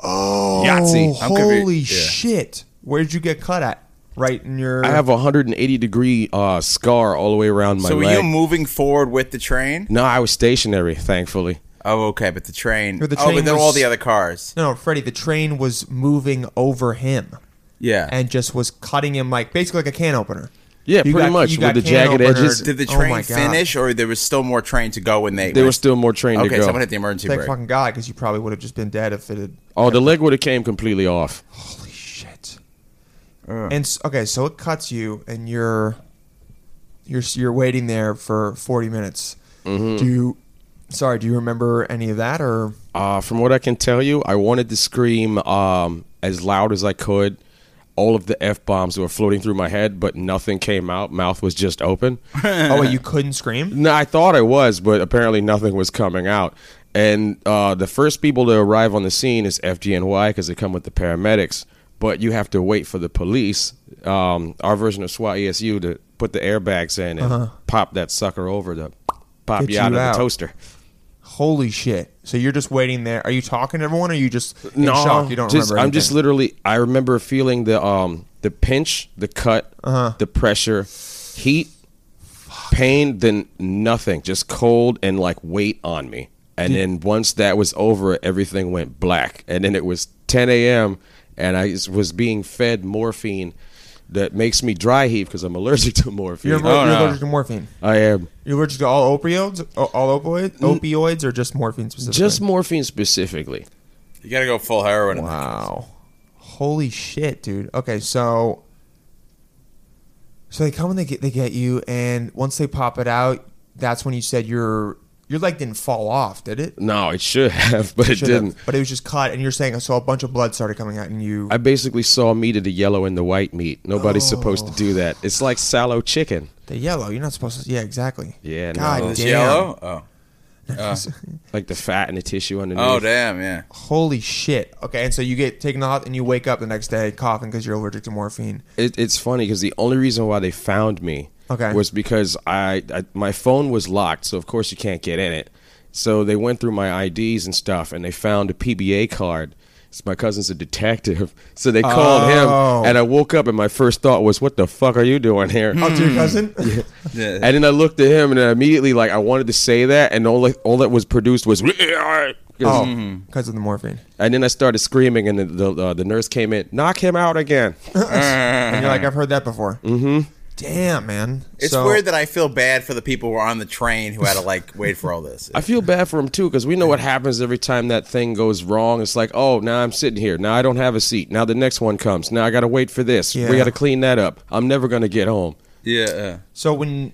S1: Oh,
S7: Yahtzee.
S3: I'm confused.
S1: holy
S3: Yeah.
S1: shit! Where'd you get cut at? Right in your.
S7: I have a 180 degree uh, scar all the way around my
S3: so were
S7: leg.
S3: you moving forward with the train?
S7: no, I was stationary, thankfully.
S3: Oh, okay. But the train.
S1: But the
S3: oh,
S1: train
S3: but then
S1: was-
S3: all the other cars.
S1: no, no, Freddie. The train was moving over him
S3: Yeah.
S1: and just was cutting him like basically like a can opener.
S7: Yeah, pretty much,
S1: you
S7: with the
S1: can
S7: jagged
S1: openered.
S7: edges.
S3: Did the
S1: Oh
S3: train
S1: my God.
S3: finish, or there was still more train to go when they?
S7: There
S3: when-
S7: was still more train
S3: okay.
S7: to go.
S3: Someone hit the emergency
S1: Thank
S3: brake.
S1: fucking god, because you probably would have just been dead if it had.
S7: Oh, the leg would have came completely off.
S1: Holy shit! And s- okay, so it cuts you, and you're you're s- you're waiting there for forty minutes.
S7: Mm-hmm.
S1: Do you? Sorry, do you remember any of that or?
S7: Uh, from what I can tell you, I wanted to scream um, as loud as I could. All of the f bombs were floating through my head, but nothing came out. Mouth was just open.
S1: Oh, wait, you couldn't scream.
S7: no, I thought I was, but apparently nothing was coming out. And uh, the first people to arrive on the scene is FGNY because they come with the paramedics. But you have to wait for the police, um, our version of SWAT ESU, to put the airbags in and pop that sucker over to pop
S1: Uh-huh. Get
S7: you out
S1: you
S7: of
S1: out.
S7: the toaster.
S1: Holy shit! So you're just waiting there. Are you talking to everyone? Or are you just in shock? You don't
S7: just-
S1: remember.
S7: I'm just
S1: anything?
S7: literally. I remember feeling the um the pinch, the cut,
S1: Uh-huh.
S7: the pressure, heat, pain, then nothing, just cold and like weight on me. And then once that was over, everything went black. And then it was 10 a.m. and I s- was being fed morphine that makes me dry heave because I'm allergic to morphine.
S1: You're, you're
S7: Oh, no.
S1: allergic to morphine.
S7: I am.
S1: You're allergic to all opioids, o- all opioids, opioids, or just morphine specifically.
S7: Just morphine specifically.
S3: You gotta go full heroin.
S1: wow. Holy shit, dude. Okay, so so they come and they get they get you, and once they pop it out, that's when you said your your leg didn't fall off, did it?
S7: No, it should have, but it
S1: Should have.
S7: didn't.
S1: But it was just cut, and you're saying so a bunch of blood started coming out, and you
S7: I basically saw meat of the yellow and the white meat. Nobody's supposed to
S1: Oh.
S7: do that. It's like sallow chicken.
S1: the yellow. You're not supposed to. Yeah, exactly.
S7: Yeah, no.
S1: God
S3: It's
S1: damn.
S3: yellow. Oh.
S7: Like the fat and the tissue underneath.
S3: Oh damn. Yeah.
S1: Holy shit. Okay, and so you get taken off and you wake up the next day coughing because you're allergic to morphine.
S7: It, it's funny because the only reason why they found me
S1: Okay.
S7: was because I, I my phone was locked, so of course you can't get in it. So they went through my IDs and stuff, and they found a PBA card. It's my cousin's a detective, so they called
S1: Oh.
S7: him, and I woke up, and my first thought was, "What the fuck are you doing here?"
S1: Oh, to your cousin?
S3: Yeah.
S7: And then I looked at him, and I immediately like I wanted to say that, and all like, all that was produced was because 'Cause-
S3: Mm-hmm.
S1: Oh, because of the morphine.
S3: Uh-huh.
S7: And then I started screaming, and the the, uh, the nurse came in, knock him out again.
S1: And you're like, I've heard that before. Mm-hmm. Damn, man.
S3: It's
S1: So-
S3: weird that I feel bad for the people who are on the train who had to like wait for all this.
S7: I feel bad for him too, because we know what happens every time that thing goes wrong. It's like, oh, now I'm sitting here. Now I don't have a seat. Now the next one comes. Now I got to wait for this.
S1: Yeah.
S7: We got to clean that up. I'm never gonna get home.
S3: Yeah, uh,
S1: So when,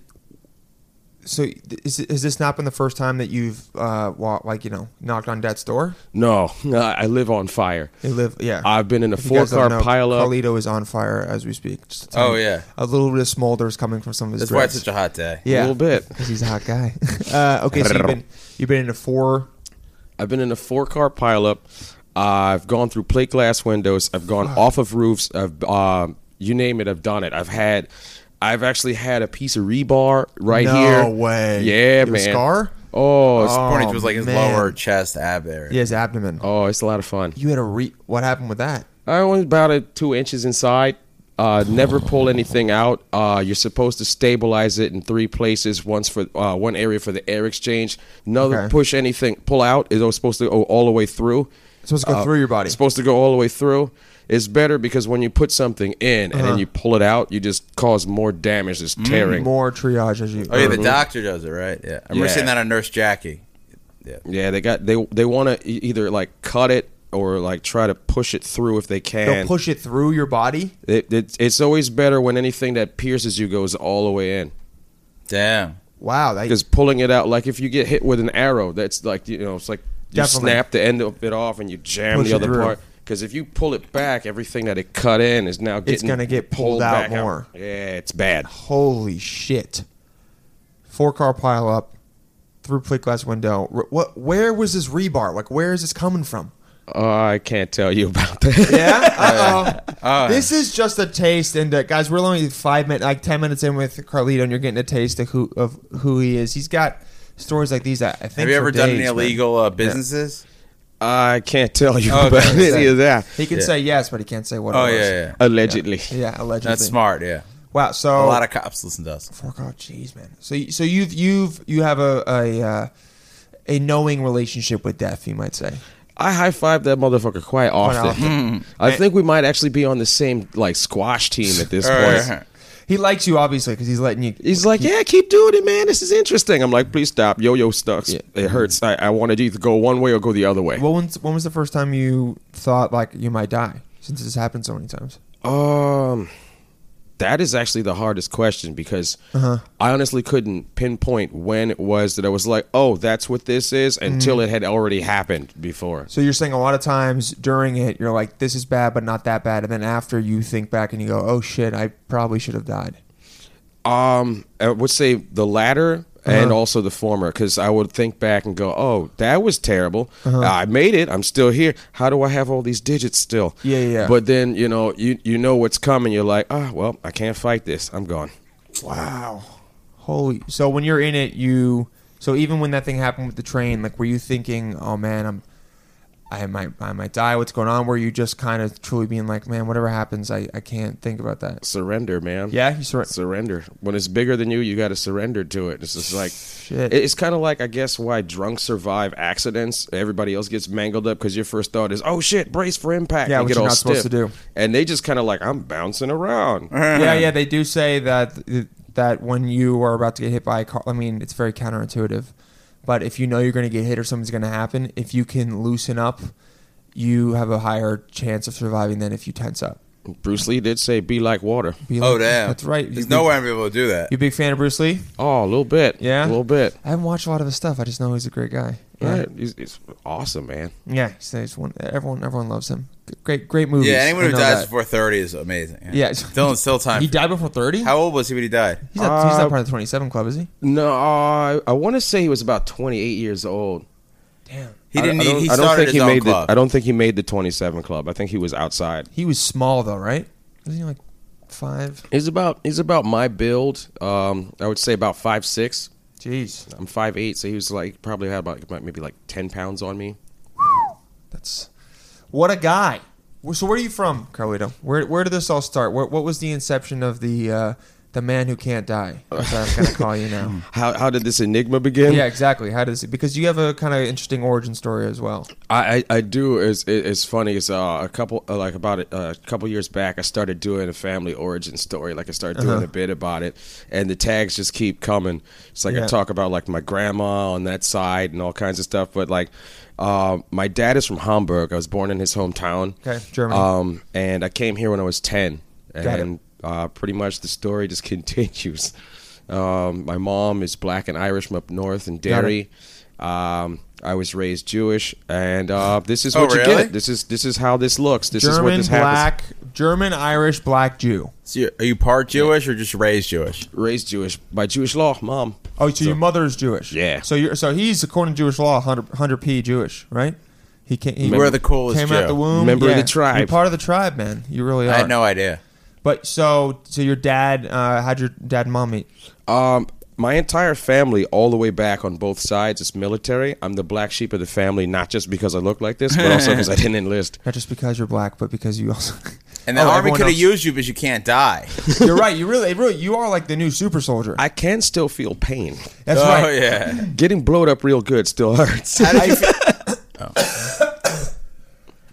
S1: so th- is, has this not been the first time that you've uh, wa- like you know knocked on death's door?
S7: No, I I live on fire.
S1: You live, yeah.
S7: I've been in a
S1: If you guys don't
S7: four-car
S1: know,
S7: pileup.
S1: Carlito is on fire as we speak. Just a
S3: Oh,
S1: tiny-
S3: yeah.
S1: a little bit of smolder is coming from some of his.
S3: that's why it's
S1: dreads.
S3: such a hot day.
S1: yeah,
S7: A little bit.
S1: because he's a hot guy. uh, okay, so you've been you've been in a four.
S7: I've been in a four car pileup. I've gone through plate glass windows. I've gone off of roofs. I've um, you name it. I've done it. I've had. I've actually had a piece of rebar right
S1: No
S7: here.
S1: way.
S7: Yeah,
S1: You have a
S7: man.
S1: scar?
S7: Oh, it's,
S1: Oh,
S3: Corny was like his
S1: man.
S3: lower chest ab area.
S1: Yeah, his abdomen.
S7: oh, it's a lot of fun.
S1: You had a re. What happened with that?
S7: I went about it two inches inside. Uh, never pull anything out. Uh, you're supposed to stabilize it in three places. Once for uh, one area for the air exchange. Another
S1: Okay.
S7: push anything pull out. It was supposed to go all the way through.
S1: It's supposed to go
S7: Uh,
S1: through your body.
S7: It's supposed to go all the way through. It's better because when you put something in
S1: Uh-huh.
S7: and then you pull it out, you just cause more damage. It's tearing.
S1: Mm, More triage as you.
S3: Oh yeah, the doctor does it right. Yeah, I remember
S7: Yeah.
S3: seeing that on Nurse Jackie.
S7: yeah, they got they they want to either like cut it or like try to push it through if they can.
S1: They'll push it through your body.
S7: It, it, it's always better when anything that pierces you goes all the way in.
S3: Damn.
S1: Wow, that,
S7: Because pulling it out, like if you get hit with an arrow, that's like you know, it's like you
S1: Definitely.
S7: snap the end of it off and you jam
S1: Push
S7: the
S1: it
S7: other
S1: through.
S7: part. Because if you pull it back, everything that it cut in is now getting
S1: gonna get pulled out
S7: back
S1: more.
S7: Yeah, it's bad.
S1: Holy shit! Four car pile up through plate glass window. R- What? Where was this rebar? Like, where is this coming from?
S7: Oh, I can't tell you about that.
S1: Yeah. Uh oh. This is just a taste, and uh, guys, we're only five minutes, like ten minutes in with Carlito, and you're getting a taste of who of who he is. He's got stories like these. That I think.
S3: Have you
S1: for
S3: ever done any
S1: days, man.
S3: illegal uh, businesses?
S7: I can't tell you
S3: Okay.
S7: about any of that.
S1: He can
S3: Yeah.
S1: say yes, but he can't say what.
S3: Oh
S1: it was.
S3: yeah, yeah.
S7: Allegedly,
S1: Yeah, allegedly.
S3: That's smart. Yeah,
S1: Wow. So
S3: a lot of cops listen to us.
S1: Fork out, oh, jeez, man. So, y- so you've you've you have a a, uh, a knowing relationship with death, you might say.
S7: I high five that motherfucker quite often. I think we might actually be on the same like squash team at this point.
S1: He likes you obviously because he's letting you.
S7: He's like, yeah, keep doing it, man. This is interesting. I'm like, please stop. Yo yo sucks. It hurts. I, I wanted to either go one way or go the other way.
S1: Well, when's, when was the first time you thought like you might die? Since this happened so many times.
S7: Um, that is actually the hardest question because I honestly couldn't pinpoint when it was that I was like, "Oh, that's what this is," until it had already happened before.
S1: So you're saying a lot of times during it, you're like, "This is bad, but not that bad," and then after you think back and you go, "Oh shit, I probably should have died."
S7: Um, I would say the latter and
S1: Uh-huh.
S7: also the former because I would think back and go, "Oh, that was terrible.
S1: Uh-huh.
S7: I made it. I'm still here. How do I have all these digits still?"
S1: Yeah, yeah, yeah.
S7: But then you know, you you know what's coming. You're like, "Ah, well, I can't fight this. I'm gone."
S1: Wow. Holy. So when you're in it, you. So even when that thing happened with the train, like, were you thinking, "Oh man, I'm, I might, I might die. What's going on?" Were you just kind of truly being like, "Man, whatever happens, I, I can't think about that."
S7: surrender, man.
S1: Yeah, you surre-
S7: surrender. When it's bigger than you, you got to surrender to it. It's just like
S1: Shit.
S7: it- It's kind of like I guess why drunks survive accidents. Everybody else gets mangled up because your first thought is, "Oh shit, brace for impact."
S1: Yeah,
S7: You
S1: which
S7: get
S1: you're
S7: all
S1: not supposed
S7: stiff.
S1: to do. Uh-huh.
S7: And they just kind of like, "I'm bouncing around."
S1: yeah, yeah. They do say that that when you are about to get hit by a car, I mean, it's very counterintuitive, but if you know you're going to get hit or something's going to happen, if you can loosen up, you have a higher chance of surviving than if you tense up.
S7: Bruce Lee did say, "Be like water."
S1: Be
S3: Oh
S1: like-
S3: damn,
S1: That's right.
S3: There's
S1: You-
S3: no way I'm able to do that.
S1: You a big fan of Bruce Lee?
S7: Oh, a little bit.
S1: Yeah?
S7: a little bit.
S1: I haven't watched a lot of his stuff. I just know he's a great guy. Yeah,
S7: Right. He's, he's awesome, man.
S1: yeah. He's, he's one, everyone, everyone loves him. Great, great movies.
S3: Yeah, anyone
S1: I
S3: who
S1: know
S3: dies
S1: that.
S3: before 30 is amazing.
S1: Yeah.
S3: still still time.
S1: He
S3: for-
S1: died before thirty.
S3: How old was he when he died?
S1: He's not, he's not
S7: Uh,
S1: part of the twenty-seven club, is he?
S7: No, uh, I, I want to say he was about 28 years old.
S1: Damn.
S3: He didn't. need-
S7: I, I don't,
S3: he
S7: I don't
S3: started
S7: think
S3: his
S7: he
S3: own
S7: made
S3: club.
S7: The, I don't think he made the 27 club. I think he was outside.
S1: He was small though, right? Was he like five?
S7: He's about he's about my build. Um, I would say about five six.
S1: Jeez,
S7: I'm five eight, so he was like probably had about about maybe like ten pounds on me.
S1: that's what a guy. Wh- So where are you from, Carlito? Where where did this all start? Where, what was the inception of the uh, the man who can't die. That's what I'm gonna call you now.
S7: How, how did this enigma begin?
S1: Yeah, exactly. How does it? Because you have a kind of interesting origin story as well.
S7: I, I, I do. It's, it- it's funny. It's uh, a couple uh, like about a, a couple years back. I started doing a family origin story. Like I started
S1: Uh-huh.
S7: doing a bit about it, and the tags just keep coming. It's like
S1: Yeah.
S7: I talk about like my grandma on that side and all kinds of stuff. But like, uh, my dad is from Hamburg. I was born in his hometown.
S1: Okay, Germany.
S7: Um, and I came here when I was ten,
S1: Got it.
S7: and uh, pretty much the story just continues. Um, my mom is black and Irish from up north in Derry. Um, I was raised Jewish, and uh, this is
S3: Oh,
S7: what you
S3: really?
S7: get. This is this is how this looks. This is what
S1: German
S7: this happens.
S1: black, German Irish black Jew.
S3: So you- are you part Jewish or just raised Jewish?
S7: Raised Jewish by Jewish law, mom.
S1: Oh, so, your mother's Jewish.
S7: Yeah.
S1: So you're so he's according to Jewish law 100 100 p Jewish, right? He can't. He
S3: We're the coolest
S1: Came out
S3: Jew.
S1: the womb.
S7: Member of the
S1: Yeah.
S7: tribe.
S1: You're part of the tribe, man. You really are.
S3: I had no idea.
S1: But so so your dad, uh, how'd your dad and mom meet?
S7: Um, my entire family, all the way back on both sides, is military. I'm the black sheep of the family, not just because I look like this, but also because I didn't enlist.
S1: Not just because you're black, but because you also.
S3: And the
S1: Oh,
S3: army
S1: everyone
S3: could have
S1: else-
S3: used you because you can't die.
S1: You're right. You really, really, you are like the new super soldier.
S7: I can still feel pain.
S1: That's
S3: oh
S1: right.
S3: yeah.
S7: Getting blowed up real good still hurts.
S3: How did you feel-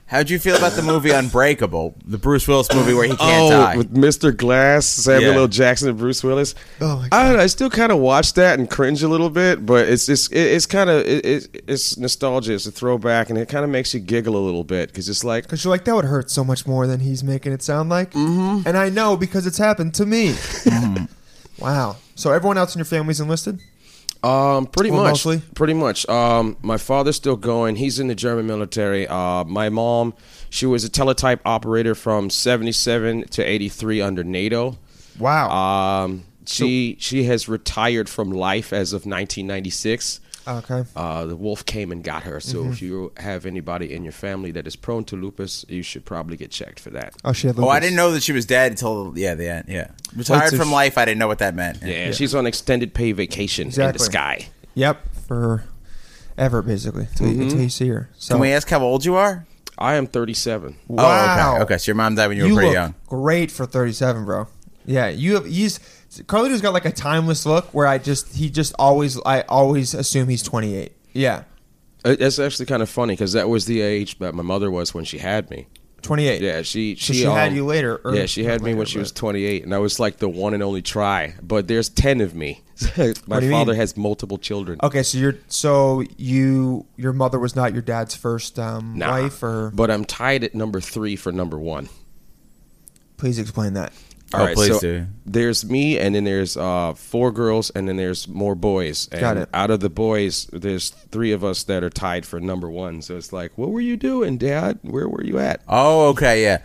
S3: How'd you feel about the movie Unbreakable, the Bruce Willis movie where he
S1: Oh,
S3: can't die?
S7: Oh, with Mr. Glass, Samuel
S3: Yeah.
S7: L. Jackson, and Bruce Willis.
S1: Oh, my
S7: I don't know. I still kind of watch that and cringe a little bit, but it's it's it, it's kind of it, it, it's nostalgia. It's a throwback, and it kind of makes you giggle a little bit because it's like
S1: Because you're like, that would hurt so much more than he's making it sound like. Mm-hmm. And I know because it's happened to me.
S3: Mm-hmm.
S1: wow. So everyone else in your family's enlisted?
S7: um pretty
S1: Well,
S7: much
S1: mostly?
S7: pretty much um my father's still going. He's in the German military. Uh, my mom, she was a teletype operator from seventy seven to eighty three under NATO.
S1: Wow.
S7: Um, she she has retired from life as of 1996.
S1: okay.
S7: Uh, the wolf came and got her. So
S1: Mm-hmm.
S7: if you have anybody in your family that is prone to lupus, you should probably get checked for that.
S1: Oh, she had
S3: Oh,
S1: lupus.
S3: I didn't know that she was dead until yeah, the end. Yeah,
S1: Well, it's
S3: retired
S1: a
S3: from
S1: sh-
S3: life. I didn't know what that meant.
S7: Yeah, she's on extended pay vacation in
S1: Exactly.
S7: the sky.
S1: Yep. For ever, basically, until, you until you see her. So,
S3: Mm-hmm. Can we ask how old you are?
S7: I am 37.
S1: wow.
S3: Oh, okay. Okay, so your mom died when you,
S1: You
S3: were
S1: look
S3: pretty young.
S1: great for 37, bro. Yeah, you have. He's Carlito's got like a timeless look where I just he just always I always assume he's 28. Yeah,
S7: Uh, That's actually kind of funny because that was the age that my mother was when she had me.
S1: 28.
S7: Yeah, she
S1: So
S7: she,
S1: she had
S7: um,
S1: you later, or-
S7: yeah, she
S1: not
S7: had me
S1: later,
S7: when she
S1: but-
S7: was 28, and I was like the one and only try. But there's 10 of me.
S1: What
S7: my
S1: do you
S7: father
S1: mean? Oh,
S7: has multiple children.
S1: Okay, so you're so you your mother was not your dad's first um,
S7: Nah.
S1: wife, or
S7: But I'm tied at number three for number one.
S1: please explain that.
S3: Oh, please do.
S7: There's me, and then there's uh, four girls, and then there's more boys. And
S1: Got it.
S7: Out of the boys, there's three of us that are tied for number one. So it's like, what were you doing, Dad? Where were you at?
S3: Oh, okay. Yeah,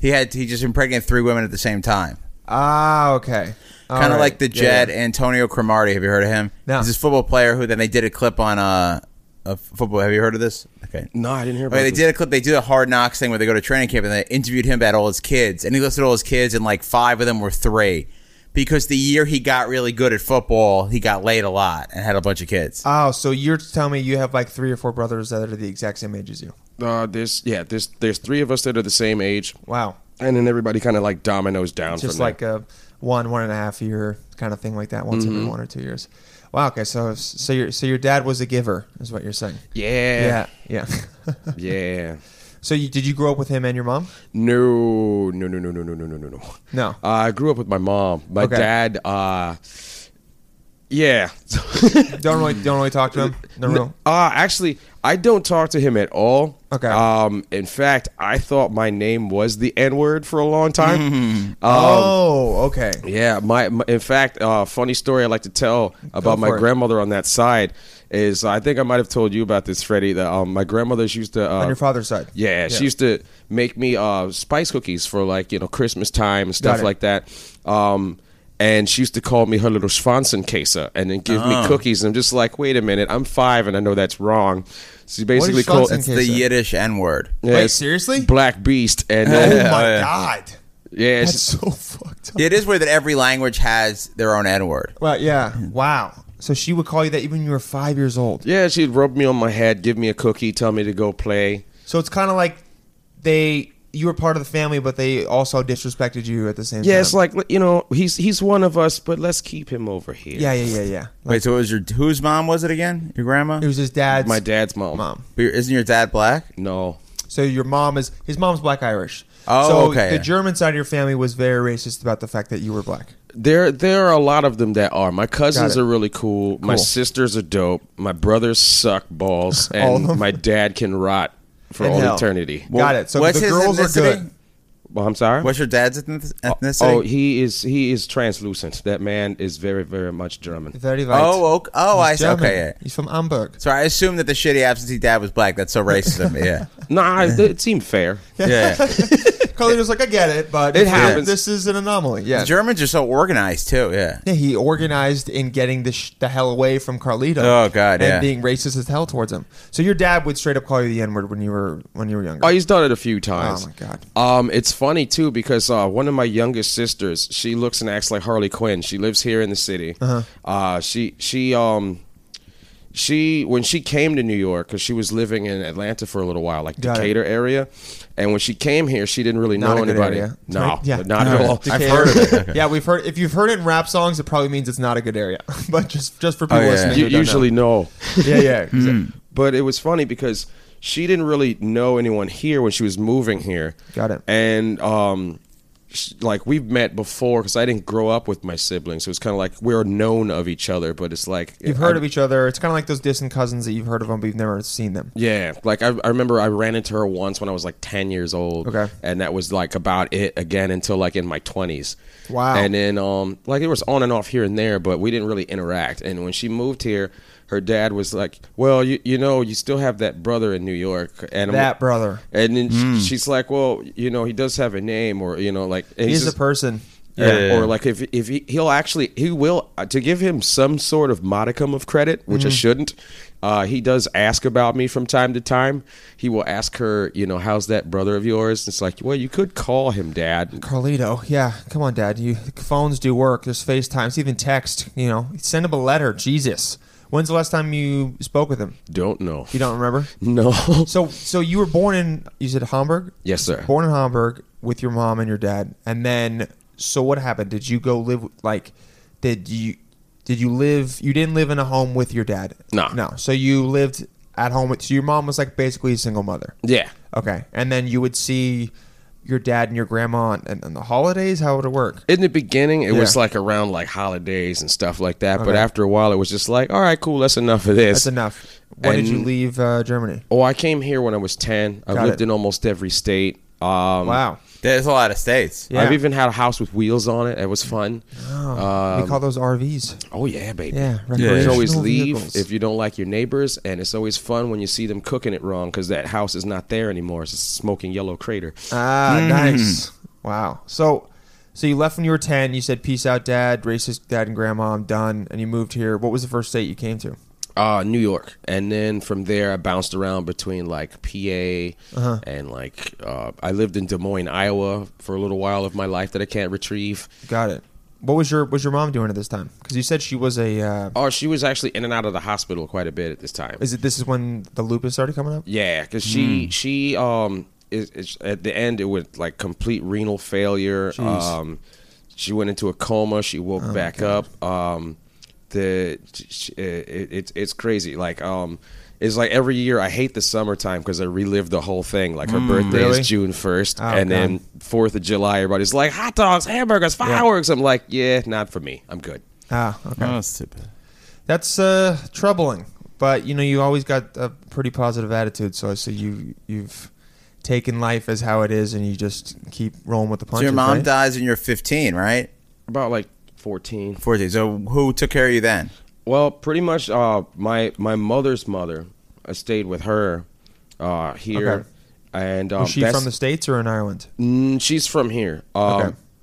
S3: he had he just impregnated three women at the same time.
S1: Ah, okay.
S3: Kind of like the Jed Antonio Cromartie. Have you heard of him?
S1: No.
S3: He's this football player who then they did a clip on uh, a football. Have you heard of this? Okay.
S7: No, I didn't hear about.
S3: Okay, they
S7: this.
S3: did a clip. They did a hard knocks thing where they go to training camp and they interviewed him about all his kids, and he listed all his kids, and like five of them were three, because the year he got really good at football, he got laid a lot and had a bunch of kids.
S1: Oh, so you're telling me you have like three or four brothers that are the exact same age as you?
S7: Uh, there's yeah, there's there's three of us that are the same age,
S1: Wow,
S7: and then everybody kind of like dominoes down.
S1: just
S7: from
S1: like a one, one and a half year kind of thing like that, once
S7: Mm-hmm.
S1: every one or two years. Wow. Okay, so so your so your dad was a giver, is what you're saying?
S7: there.
S1: yeah, yeah.
S7: yeah, yeah.
S1: so you, did you grow up with him and your mom?
S7: No, no, no, no, no, no, no, no, no, no.
S1: No.
S7: Uh, I grew up with my mom. My
S1: Okay.
S7: dad. Uh, yeah.
S1: Don't really don't really talk to him. No, real.
S7: Uh, actually, I don't talk to him at all.
S1: Okay.
S7: Um, in fact, I thought my name was the N word for a long
S1: Hmm.
S7: time. Um,
S1: oh, okay.
S7: yeah, my, my in fact, uh, funny story I like to tell about my
S1: for it.
S7: grandmother on that side is I think I might have told you about this, Freddie. That um, my grandmother's used to uh,
S1: On your father's side.
S7: yeah, she used to make me uh, spice cookies for like you know Christmas time and
S1: Got
S7: stuff
S1: it.
S7: like that. Um, and she used to call me her little Schwanzenkesa and then give me cookies. And I'm just like, wait a minute, I'm five and I know that's wrong. She basically called
S1: Schwanzen-
S3: That's the
S1: so-
S3: Yiddish N word.
S7: yeah,
S1: Wait,
S7: it's
S1: seriously?
S7: Black Beast and
S1: Oh my
S7: then,
S3: yeah.
S1: god.
S7: yeah,
S1: That's
S7: she-
S1: so fucked up.
S3: It is weird that every language has their own N word.
S1: Well, yeah. Wow. So she would call you that even when you were five years old.
S7: yeah, she'd rub me on my head, give me a cookie, tell me to go play.
S1: So it's kind of like they you were part of the family, but they also disrespected you at the same time.
S7: Yeah, it's like you know he's he's one of us, but let's keep him over here.
S1: yeah, yeah, yeah, yeah. Like,
S3: Wait, so it was your whose mom was it again? Your grandma?
S1: it was his dad's
S7: my dad's mom.
S1: mom.
S3: But your- Isn't your dad black?
S7: No,
S1: So your mom is his mom's black Irish.
S3: Oh,
S1: so
S3: okay.
S1: The German side of your family was very racist about the fact that you were black.
S7: there there are a lot of them that are. My cousins
S1: Got it.
S7: are really cool. My
S1: Cool.
S7: sisters are dope. My brothers suck balls,
S1: All of
S7: and
S1: them?
S7: my dad can rot for
S1: In
S7: all
S1: hell.
S7: eternity.
S1: Got it. So
S3: What's
S1: the
S3: his
S1: girls are
S3: ethnicity?
S1: good.
S7: Well, I'm sorry.
S3: What's your dad's ethnic- ethnicity?
S7: Oh, he is he is translucent. That man is very very much German.
S1: Very right.
S3: Oh, okay. oh, I
S1: He's
S3: see.
S1: German.
S3: Okay, yeah.
S1: He's from Hamburg.
S3: So I assume that the shitty absentee dad was black. That's so racist of me. Yeah,
S7: Nah, it, it seemed fair.
S3: yeah.
S1: Carlito's like, I get it, but
S7: It happens.
S1: This is an anomaly. Yeah.
S3: The Germans are so organized too. Yeah.
S1: Yeah, he organized in getting the, sh- the hell away from Carlito.
S3: Oh, God,
S1: and
S3: yeah.
S1: being racist as hell towards him. So your dad would straight up call you the N word when you were when you were younger.
S7: Oh, he's done it a few times.
S1: Oh, my God.
S7: Um, it's funny too because uh, one of my youngest sisters, she looks and acts like Harley Quinn. She lives here in the city. Uh-huh. she she um she when she came to New York because she was living in Atlanta for a little while, like
S1: Got it.
S7: Decatur area, and when she came here, she didn't really
S1: Not
S7: know
S1: a good
S7: anybody.
S1: area.
S7: No,
S1: Right? yeah,
S7: not at all.
S1: I've heard of it. Yeah, we've heard. If you've heard it in rap songs, it probably means it's not a good area. but just just for people
S3: yeah.
S1: listening,
S7: You
S1: who don't
S7: usually know.
S1: know. yeah, yeah.
S7: But it was funny because she didn't really know anyone here when she was moving here.
S1: Got it.
S7: And um, sh- like we've met before because I didn't grow up with my siblings. So it's kind of like we're known of each other, but it's like
S1: You've heard
S7: I-
S1: of each other. It's kind of like those distant cousins that you've heard of them, but you've never seen them.
S7: Yeah, like I, I remember I ran into her once when I was like ten years old.
S1: Okay.
S7: and that was like about it again until like in my twenties.
S1: Wow.
S7: And then um, like it was on and off here and there, but we didn't really interact. And when she moved here, her dad was like, "Well, you you know, you still have that brother in New York." And I'm-
S1: That brother.
S7: And then
S1: Mm.
S7: sh she's like, "Well, you know, he does have a name, or you know, like and
S1: He's,
S7: just-
S1: a person.
S7: yeah,
S3: Yeah.
S7: or like if if he, he'll actually he will uh, to give him some sort of modicum of credit, which
S1: Mm.
S7: I shouldn't. Uh, he does ask about me from time to time. He will ask her, you know, how's that brother of yours? It's like, well, you could call him dad.
S1: Carlito, yeah, come on, Dad. You phones do work. There's FaceTimes, even text. You know, send him a letter. Jesus, when's the last time you spoke with him?
S7: Don't know.
S1: You don't remember?
S7: No.
S1: So, so you were born in you said Hamburg?
S7: Yes, sir.
S1: Born in Hamburg with your mom and your dad, and then so what happened? Did you go live like? Did you did you live? You didn't live in a home with your dad.
S7: No.
S1: no. So you lived at home with. So your mom was like basically a single mother.
S7: yeah.
S1: Okay, and then you would see your dad and your grandma on, on the holidays. How would it work?
S7: In the beginning, it was
S1: Yeah.
S7: like around like holidays and stuff like that. But
S1: Okay.
S7: after a while, it was just like, all right, cool, that's enough of this.
S1: That's enough. When did you
S7: And-
S1: leave uh, Germany?
S7: Oh, I came here when I was ten. I've
S1: Got
S7: lived
S1: it.
S7: in almost every state. Um,
S1: Wow.
S3: There's a lot of states.
S1: Yeah.
S7: I've even had a house with wheels on it. It was fun.
S1: we call those RVs.
S7: Oh uh, yeah, baby.
S1: Oh, Yeah,
S7: You can always
S1: recreational
S7: leave
S1: vehicles.
S7: if you don't like your neighbors, and it's always fun when you see them cooking it wrong because that house is not there anymore. It's a smoking yellow crater.
S1: Ah, nice. Wow. So, so you left when you were ten. You said, "Peace out, Dad." Racist dad and grandma. I'm done. And you moved here. What was the first state you came to?
S7: Uh, New York, and then from there I bounced around between like PA
S1: Uh-huh.
S7: and like uh, I lived in Des Moines, Iowa for a little while of my life that I can't retrieve.
S1: Got it. What was your what was your mom doing at this time? Because you said she was a. Uh,
S7: Oh, she was actually in and out of the hospital quite a bit at this time.
S1: is it this is when the lupus started coming up?
S7: Yeah, because she
S1: Hmm.
S7: she um is, is at the end it was like complete renal failure. Um, she went into a coma. She woke
S1: Oh,
S7: back up. Um, the sh- it, it's it's crazy. Like um. It's like every year I hate the summertime because I relive the whole thing. Like her birthday
S1: Hmm, Really?
S7: is June first,
S1: Oh,
S7: and then Fourth of July, everybody's like hot dogs, hamburgers, fireworks. I'm like, yeah, not for me. I'm good.
S1: Ah, okay.
S3: Oh, stupid.
S1: That's uh, troubling. But you know, you always got a pretty positive attitude. So I see you you've taken life as how it is, and you just keep rolling with the
S3: So
S1: punches.
S3: your mom
S1: right?
S3: dies when you're 15, right?
S7: About like fourteen.
S3: 14. So who took care of you then?
S7: Well, pretty much. Uh, my my mother's mother, I stayed with her uh, here,
S1: Okay.
S7: and um,
S1: Was she
S7: that's-
S1: from the states or in Ireland?
S7: Mm, she's from here. Um,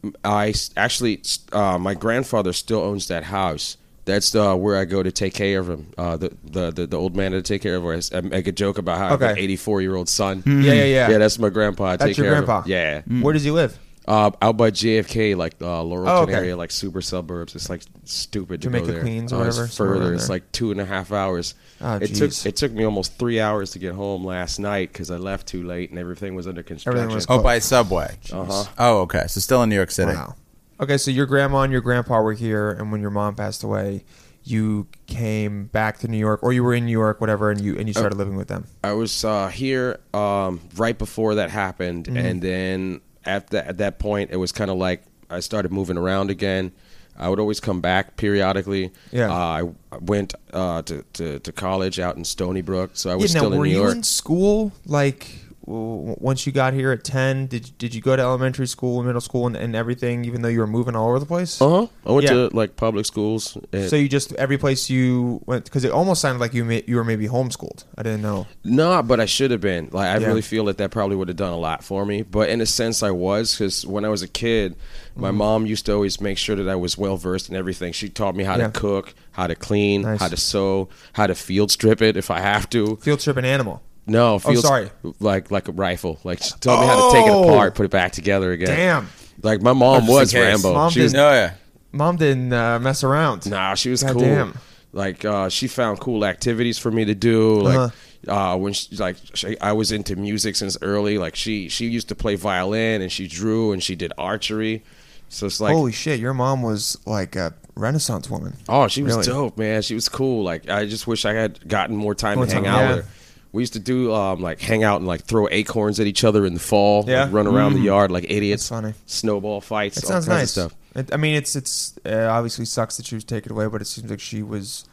S1: Okay.
S7: I s- actually, s- uh, my grandfather still owns that house. That's uh, where I go to take care of him. Uh, the, the the the old man that I take care of. Where I s- I make a joke about how I have an
S1: Okay. Hmm.
S7: eighty four year old son.
S1: Yeah, yeah, yeah.
S7: Yeah, that's my grandpa. I
S1: That's
S7: take
S1: your
S7: care of him.
S1: grandpa.
S7: Yeah.
S1: Where does he live?
S7: uh, out by JFK, like uh, Laurelton
S1: Oh, okay.
S7: area, like super suburbs. It's like stupid to
S1: Jamaica,
S7: go there.
S1: Queens or
S7: Uh, it's
S1: whatever, somewhere
S7: further,
S1: around
S7: it's
S1: there.
S7: like two and a half hours.
S1: Oh,
S7: it took
S1: jeez.
S7: it took me almost three hours to get home last night because I left too late and everything was under construction.
S1: Everything was
S3: Oh, by subway.
S7: Uh-huh.
S3: Oh, okay. So still in New York City.
S1: Wow. Okay, so your grandma and your grandpa were here, and when your mom passed away, you came back to New York, or you were in New York, whatever, and you and you started living with them.
S7: I was uh, here um, right before that happened,
S1: Mm-hmm.
S7: and then at that at that point, it was kind of like I started moving around again. I would always come back periodically.
S1: Yeah.
S7: uh, I I went uh, to, to to college out in Stony Brook, so I was
S1: yeah,
S7: still
S1: now
S7: in
S1: were
S7: New
S1: you
S7: York.
S1: in school like? w- Once you got here at ten, did did you go to elementary school, middle school, and, and everything? Even though you were moving all over the place,
S7: uh huh. I went
S1: Yeah.
S7: to like public schools. and-
S1: so you just every place you went because it almost sounded like you may, you were maybe homeschooled. I didn't know.
S7: No, but I should have been. Like, I
S1: Yeah.
S7: really feel that that probably would have done a lot for me. But in a sense, I was because when I was a kid,
S1: Mm-hmm.
S7: my mom used to always make sure that I was well versed in everything. She taught me how
S1: Yeah.
S7: to cook, how to clean,
S1: Nice.
S7: how to sew, how to field strip it if I have to.
S1: Field trip and animal.
S7: No, field
S1: Oh, sorry.
S7: like like a rifle. Like she taught me how to take it
S1: Oh!
S7: apart, put it back together again.
S1: Damn,
S7: Like my mom
S3: just in
S7: was
S3: case.
S7: Rambo.
S1: Mom
S7: she was
S1: didn't-
S3: Oh yeah.
S1: mom didn't uh, mess around.
S7: Nah, she was
S1: God
S7: cool.
S1: damn.
S7: Like uh, she found cool activities for me to do. Like uh
S1: Uh-huh.
S7: when she, like she, I was into music since early. Like she she used to play violin and she drew and she did archery. So it's like
S1: Holy shit, your mom was like a Renaissance woman.
S7: oh she was
S1: Really?
S7: dope man. She was cool. Like I just wish I had gotten more time
S1: More
S7: to
S1: time,
S7: hang out
S1: yeah.
S7: with her. We used to do um, like hang out and like throw acorns at each other in the fall. like,
S1: Yeah. Mm.
S7: run around the yard like idiots.
S1: That's funny.
S7: Snowball fights.
S1: It
S7: all
S1: sounds
S7: kinds
S1: nice.
S7: of stuff.
S1: It, I mean, it's it's uh, obviously sucks that she was taken away, but it seems like she was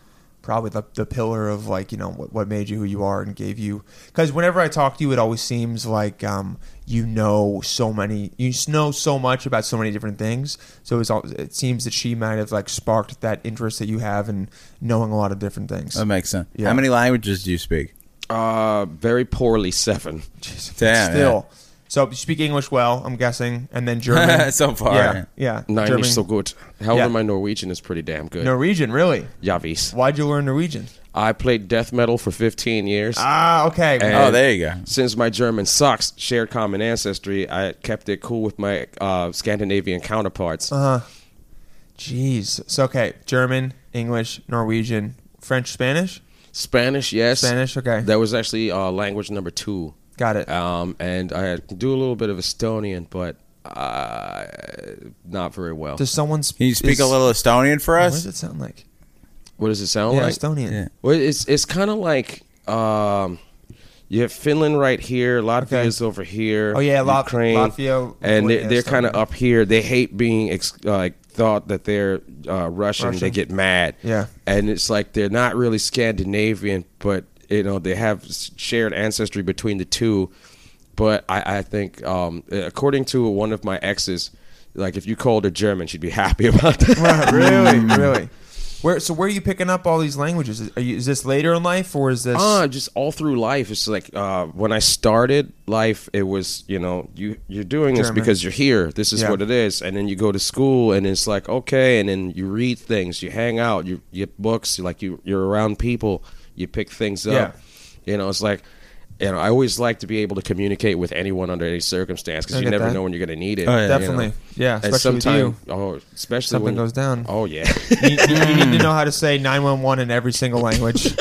S1: probably the, the pillar of like you know what, what made you who you are and gave you. Because whenever I talk to you, it always seems like um, you know so many, you s- know so much about so many different things. So it's all, it seems that she might have like sparked that interest that you have in knowing a lot of different things.
S7: Um,
S3: That makes sense.
S1: Yeah.
S3: How many languages do you speak?
S7: Uh, very poorly seven.
S3: Damn.
S1: Still, so you speak English well, I'm guessing, and then German
S3: So far,
S1: Yeah, yeah.
S7: Nine
S1: German.
S7: is so good. However,
S1: Yeah.
S7: my Norwegian is pretty damn good.
S1: Norwegian, really?
S7: Yavis.
S1: Why'd you learn Norwegian?
S7: I played death metal for 15 years.
S1: Ah, okay.
S7: And
S3: Oh, there you go.
S7: Since my German sucks, shared common ancestry, I kept it cool with my uh, Scandinavian counterparts.
S1: Uh-huh. Jeez. So okay, German, English, Norwegian, French, Spanish.
S7: Spanish, yes.
S1: Spanish, okay.
S7: That was actually uh, language number two.
S1: Got
S3: Uh,
S1: it.
S7: Um, and I had- do a little bit of Estonian, but uh, not very well.
S1: Does someone sp-
S3: Can you speak
S1: is-
S3: a little Estonian for
S1: What does
S3: us?
S1: it sound like?
S7: what does it sound
S1: Yeah,
S7: like?
S1: Estonian.
S3: Yeah.
S7: Well, it's it's kind of like um, you have Finland right here, Latvia
S1: Okay.
S7: is over here.
S1: Oh, yeah, Lat-
S7: Ukraine,
S1: Latvia,
S7: and they,
S1: Lithuania,
S7: they're kind of
S1: Estonia.
S7: up here. They hate being ex- like thought that they're uh, Russian.
S1: Russian.
S7: They get mad.
S1: Yeah.
S7: and it's like they're not really Scandinavian, but you know they have s- shared ancestry between the two. But I, I think um, according to one of my exes, like if you called her German, she'd be happy about that.
S1: really, really. Mm. Where so where are you picking up all these languages? Is- Are you, is this later in life or is this?
S3: Uh,
S7: Ah, just all through life. It's like uh, when I started life, it was you know you you're doing this
S1: German.
S7: because you're here. This is
S1: Yeah.
S7: what it is, and then you go to school, and it's like okay, and then you read things, you hang out, you you get books, like you you're around people, you pick things
S1: Yeah.
S7: up. You know, it's like. You know, I always like to be able to communicate with anyone under any
S1: I
S7: circumstance because you
S1: get
S7: never
S1: that.
S7: know when you're going to need it.
S3: yeah.
S7: you know.
S1: Definitely. Yeah,
S7: And
S1: especially with
S7: sometime-
S1: you.
S7: oh, especially
S1: Something
S7: when
S1: goes down.
S7: Oh yeah.
S1: you, you- you
S3: Mm.
S1: need to know how to say 911 in every single language.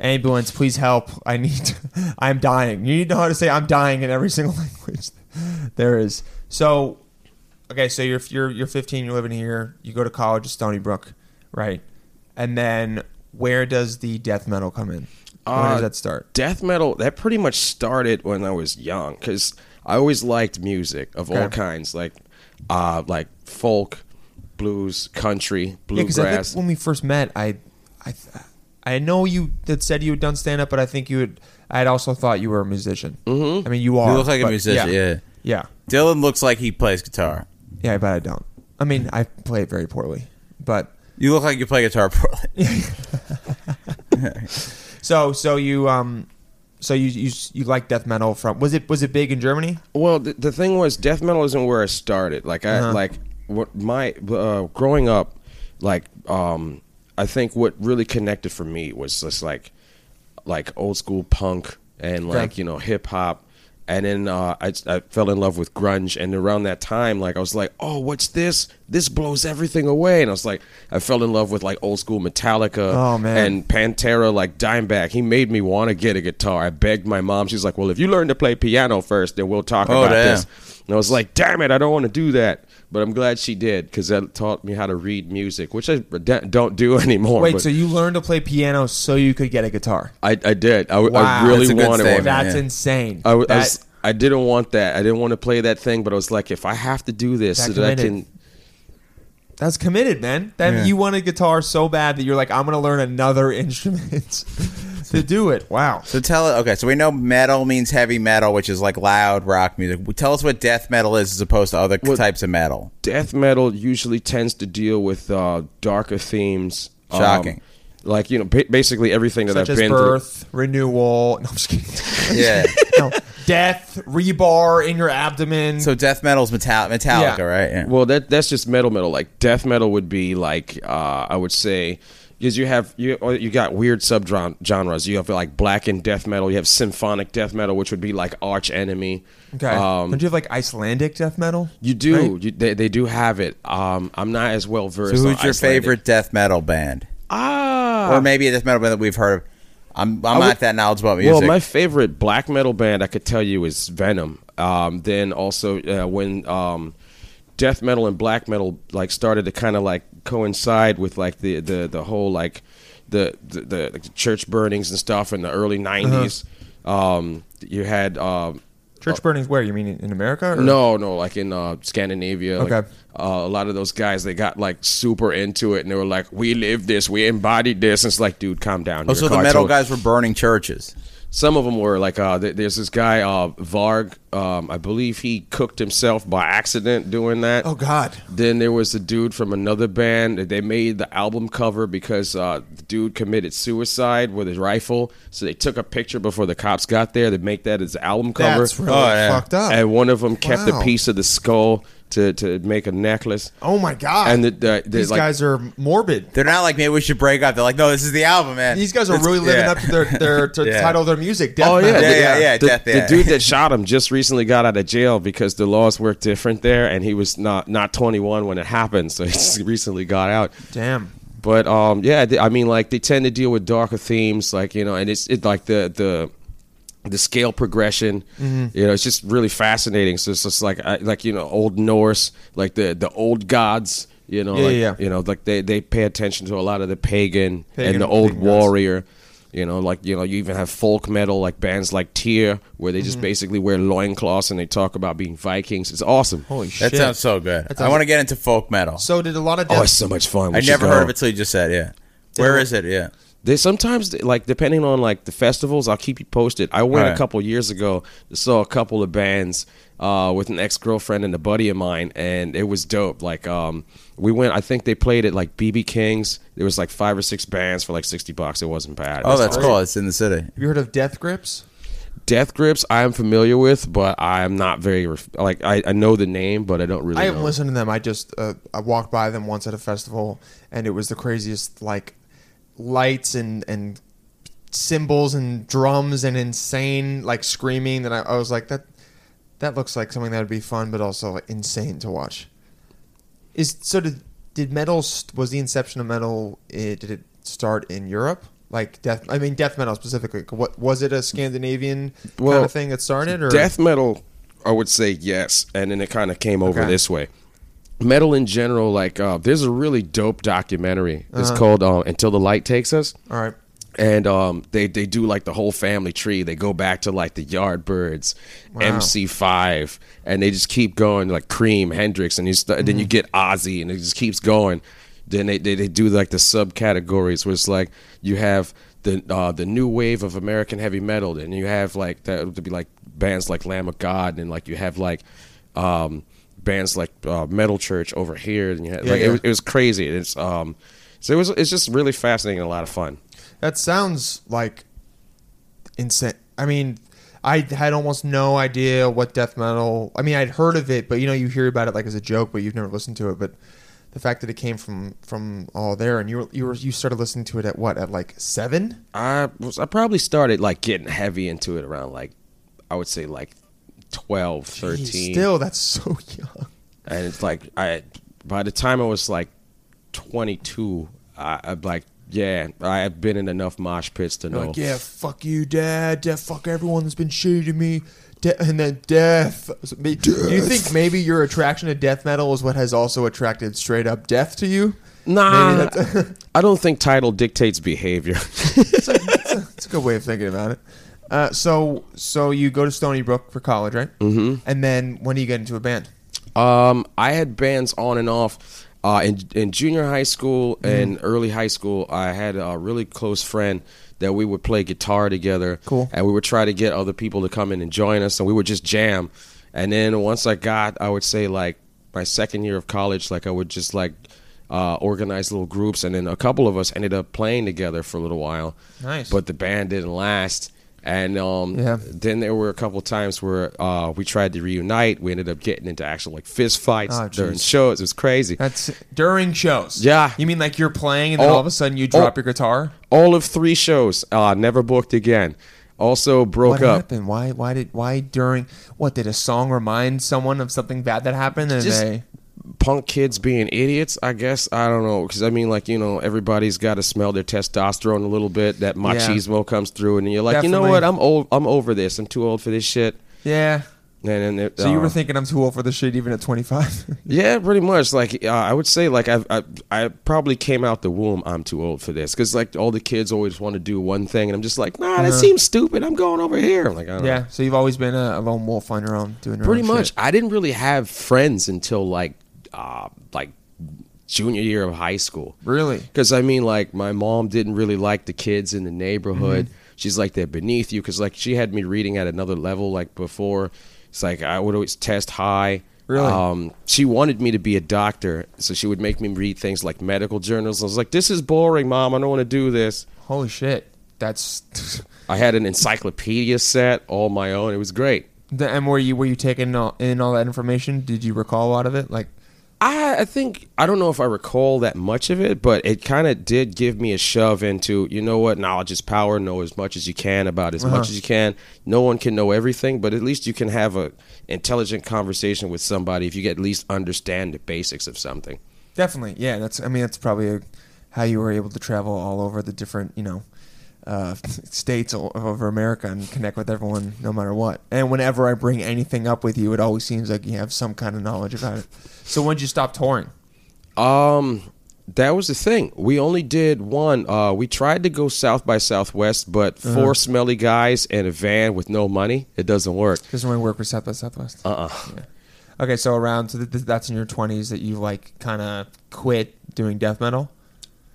S1: Ambulance, please help. I need, I'm dying. You need to know how to say I'm dying in every single language there is. So, okay, so you're, you're, you're 15, you're living here, you go to college at Stony Brook, right? And then where does the death metal come in? Where
S7: Uh,
S1: does that start?
S7: death metal that pretty much started when I was young because I always liked music of all
S1: Okay.
S7: kinds, like uh, like folk, blues, country,
S1: Yeah, because I
S7: bluegrass.
S1: think when we first met, I, I, th- I know you had said you had done stand up, but I think you had. I had also thought you were a musician. Mm-hmm. I mean, you are.
S3: look like a
S1: but-
S3: musician, yeah.
S1: Yeah.
S3: Dylan looks like he plays guitar.
S1: Yeah, but I don't. I mean, I play it very poorly. But
S3: You look like you play guitar poorly.
S1: so so you um so you you you like death metal from was it was it big in Germany?
S7: well, the, the thing was, death metal isn't where I started. Like I
S1: Uh-huh.
S7: like what my uh, growing up, like um, I think what really connected for me was just like like old school punk and like you know hip hop And then uh, I, I fell in love with grunge. And around that time, like I was like, oh, what's this? This blows everything away. And I was like, I fell in love with like old school Metallica
S1: Oh, man.
S7: and Pantera, like Dimebag. He made me want to get a guitar. I begged my mom. She's like, well, if you learn to play piano first, then we'll talk
S3: Oh,
S7: about
S3: damn.
S7: this. And I was like, damn it, I don't want to do that. But I'm glad she did because that taught me how to read music, which I d- don't do anymore.
S1: Wait,
S7: Oh, but
S1: so you learned to play piano so you could get a guitar?
S7: I, I did. I, w- I
S1: Wow.
S7: really
S3: That's a good
S7: wanted
S3: statement.
S7: one.
S1: That's
S3: yeah.
S1: insane.
S7: Oh, I, w- I
S1: That-
S7: was, I didn't want that. I didn't want to play that thing, but I was like, if I have to do this, so
S1: That
S7: that I
S1: committed.
S7: can.
S1: that's committed, man. That
S3: Yeah.
S1: you want a guitar so bad that you're like, I'm gonna learn another instrument to do it. Wow.
S3: So tell us. Okay, so we know metal means heavy metal, which is like loud rock music. Well, Tell us what death metal is as opposed to other types of metal.
S7: Death metal usually tends to deal with uh, darker themes. um,
S3: Shocking.
S7: like you know, ba- basically everything that
S1: Such
S7: I've
S1: as
S7: been
S1: birth, renewal. No, I'm just kidding.
S3: Yeah.
S1: no, death, rebar in your abdomen.
S3: so death metal's metal- Metallica,
S1: Yeah.
S3: right? Yeah.
S7: through. Well, that that's just metal metal. Like death metal would be like uh, I would say because you have you or you got weird sub genres. You have like black and death metal. You have symphonic death metal, which would be like Arch Enemy.
S1: okay. Don't you have like Icelandic death metal?
S7: um, You do.
S1: Right?
S7: You, they, they do have it. Um, I'm not as well versed.
S3: so
S7: on
S3: who's your
S7: Icelandic.
S3: favorite death metal band?
S7: Ah,
S3: or maybe a death metal band that we've heard of. I'm, I'm
S7: would-
S3: not that knowledgeable about music. Oh,
S7: Well, my favorite black metal band I could tell you is Venom. Um, then also uh, when um, death metal and black metal like started to kind of like coincide with like the the the whole like the the, the, the church burnings and stuff in the early
S3: Uh-huh.
S7: 90s Um, you had um,
S3: Oh.
S1: Church burnings. Where you mean in in America? Or?
S7: no, no, like in uh, Scandinavia. like,
S1: Okay.
S7: uh, a lot of those guys, they got like super into it, and they were like, "We live this, we embodied this." And it's like, dude, calm down.
S3: oh,
S7: You're
S3: so
S7: a
S3: the metal
S7: cartoon.
S3: guys were burning churches.
S7: Some of them were like, uh, th- there's this guy uh, Varg. Um, I believe he cooked himself by accident doing that.
S1: Oh God.
S7: Then there was a dude from another band. They made the album cover because uh, the dude committed suicide with his rifle. So they took a picture before the cops got there. They make that as the album cover.
S1: That's really
S3: Oh, yeah.
S1: fucked up.
S7: And one of them kept
S1: Wow.
S7: a piece of the skull to, to make a necklace.
S1: oh my God.
S7: And the, the, the,
S1: these
S7: like,
S1: guys are morbid.
S3: They're not like, maybe we should break up. They're like, no, this is the album, man.
S1: These guys are
S3: It's-
S1: really living
S3: yeah.
S1: up to their their to
S3: Yeah.
S1: title of their music. Death
S7: Oh yeah,
S1: metal.
S3: Yeah,
S7: the-
S3: yeah, yeah,
S7: The,
S3: death,
S7: the
S3: yeah.
S7: dude that shot him just recently got out of jail because the laws work different there, and he was not not 21 when it happened, so he just recently got out.
S1: Damn.
S7: But um, yeah, they- I mean, like they tend to deal with darker themes, like you know, and it's it like the the the scale progression,
S1: Mm-hmm.
S7: you know, it's just really fascinating. So it's just like I, like you know, old Norse, like the the old gods. You know,
S1: Yeah,
S7: like,
S1: yeah, yeah.
S7: you know, like they, they pay attention to a lot of the pagan,
S1: Pagan
S7: and the old
S1: thing, guys.
S7: warrior. You know, like you know, you even have folk metal like bands like Tear, where they
S1: Mm-hmm.
S7: just basically wear loincloths and they talk about being Vikings. It's awesome.
S1: Holy
S3: That
S1: shit.
S3: sounds so good. I want to get into folk metal.
S1: so did a lot of death.
S7: Oh, it's so much fun. We
S3: I
S7: should
S3: never heard
S7: go.
S3: of it till you just said, yeah. Where is it? Yeah.
S7: They sometimes like depending on like the festivals, I'll keep you posted. I went
S3: Alright.
S7: a couple years ago, saw a couple of bands uh, with an ex girlfriend and a buddy of mine, and it was dope. Like um, we went, I think they played at like BB King's. There was like five or six bands for like sixty bucks. It wasn't bad.
S3: Oh, that's cool. It's in the city.
S1: Have you heard of Death Grips?
S7: Death Grips. I am familiar with, but I am not very ref- like I, I know the name, but I don't really.
S1: I haven't
S7: know.
S1: listened to them. I just uh, I walked by them once at a festival, and it was the craziest like lights and and cymbals and drums and insane like screaming that I, I was like that that looks like something that would be fun, but also like, insane to watch. Is so did did metal st- was the inception of metal? It, did it start in Europe? Like death, I mean death metal specifically. What was it a Scandinavian kind
S7: Well,
S1: of thing that started? Or
S7: death metal i would say yes and then it kind of came over
S1: Okay.
S7: this way metal in general like uh, there's a really dope documentary it's called uh, until the light takes us
S1: all right,
S7: and um, they, they do like the whole family tree they go back to like the yardbirds mc5 and they just keep going like cream hendrix and you st- then you
S1: Mm-hmm.
S7: get ozzy and it just keeps going then they, they, they do like the subcategories where it's like you have the uh, the new wave of american heavy metal then you have like that would be like bands like lamb of god and like you have like um, bands like uh, metal church over here and you had,
S1: Yeah,
S7: like
S1: yeah.
S7: It, was, it was crazy it's um so it was it's just really fascinating and a lot of fun
S1: That sounds like insane. I mean, I had almost no idea what death metal. I mean, I'd heard of it, but you know, you hear about it like as a joke, but you've never listened to it. But the fact that it came from from all there, and you were you were you started listening to it at what at like seven?
S7: I was I probably started like getting heavy into it around like I would say like 12, 13.
S1: Still, that's so young.
S7: and it's like I by the time I was like 22, I, I'm like, yeah, I've been in enough mosh pits to know.
S1: Like, yeah, fuck you, dad. Dad, fuck everyone that's been shitty to me. De- and then death. So may- Do you think maybe your attraction to death metal is what has also attracted straight up death to you? Maybe
S7: Nah,
S1: that's,
S7: I don't think title dictates behavior.
S1: it's, a, it's a- it's a good way of thinking about it. Uh, so, so you go to Stony Brook for college, right? Mm-hmm. And then when do you get into a band?
S7: Um, I had bands on and off. Uh, in in junior high school
S1: Mm-hmm.
S7: and early high school, I had a really close friend that we would play guitar together.
S1: Cool.
S7: And we would try to get other people to come in and join us, and we would just jam. And then once I got, I would say like my second year of college, like I would just like uh, organize little groups, and then a couple of us ended up playing together for a little while.
S1: Nice.
S7: But the band didn't last. And um,
S1: Yeah.
S7: then there were a couple times where uh, we tried to reunite. We ended up getting into actual like fist fights
S1: Oh,
S7: during
S1: jeez.
S7: shows. It was crazy.
S1: That's during shows.
S7: Yeah.
S1: You mean like you're playing and then
S7: Oh,
S1: all of a sudden you drop
S7: oh.
S1: your guitar?
S7: All of three shows, uh, never booked again. Also broke
S1: What
S7: up.
S1: happened? Why? Why did? Why during? What did a song remind someone of something bad that happened? And
S7: Just-
S1: they
S7: Punk kids being idiots, I guess. I don't know because I mean, like you know, everybody's got to smell their testosterone a little bit. That machismo comes through, and you're like, you know
S1: Definitely.
S7: what? I'm old. I'm over this. I'm too old for this shit.
S1: yeah.
S7: And then it,
S1: So you were
S7: uh,
S1: thinking I'm too old for this shit, even at 25.
S7: Yeah, pretty much. Like uh, I would say, like I, I, I probably came out the womb. I'm too old for this because like all the kids always want to do one thing, and I'm just like, nah, that seems stupid. I'm going over here. I'm like, I don't know.
S1: yeah. So you've always been a, a lone wolf on your own, doing your
S7: pretty
S1: own
S7: much.
S1: shit.
S7: I didn't really have friends until like, uh, like junior year of high school.
S1: Really?
S7: Because I mean, like my mom didn't really like the kids in the neighborhood. She's like they're beneath you. Because like she had me reading at another level. Like before, it's like I would always test high.
S1: Really?
S7: Um, she wanted me to be a doctor, so she would make me read things like medical journals. I was like, "This is boring, mom. I don't want to do this."
S1: Holy shit. That's.
S7: I had an encyclopedia set all my own. It was great.
S1: The- and were you were you taking all, in all that information? Did you recall a lot of it? Like,
S7: I, I think I don't know if I recall that much of it, but it kind of did give me a shove into you know what knowledge is power. Know as much as you can about as much as you can. No one can know everything, but at least you can have a intelligent conversation with somebody if you at least understand the basics of something.
S1: Definitely, yeah. That's I mean that's probably a, how you were able to travel all over the different you know uh, states all over America and connect with everyone no matter what. And whenever I bring anything up with you, it always seems like you have some kind of knowledge about it. So when did you stop touring?
S7: Um, that was the thing. We only did one. Uh, we tried to go south by southwest, but 4 smelly guys and a van with no money, it doesn't work.
S1: Doesn't really work with South by Southwest. Uh uh Okay, so around so th- th- that's in your twenties that you like kind of quit doing death metal.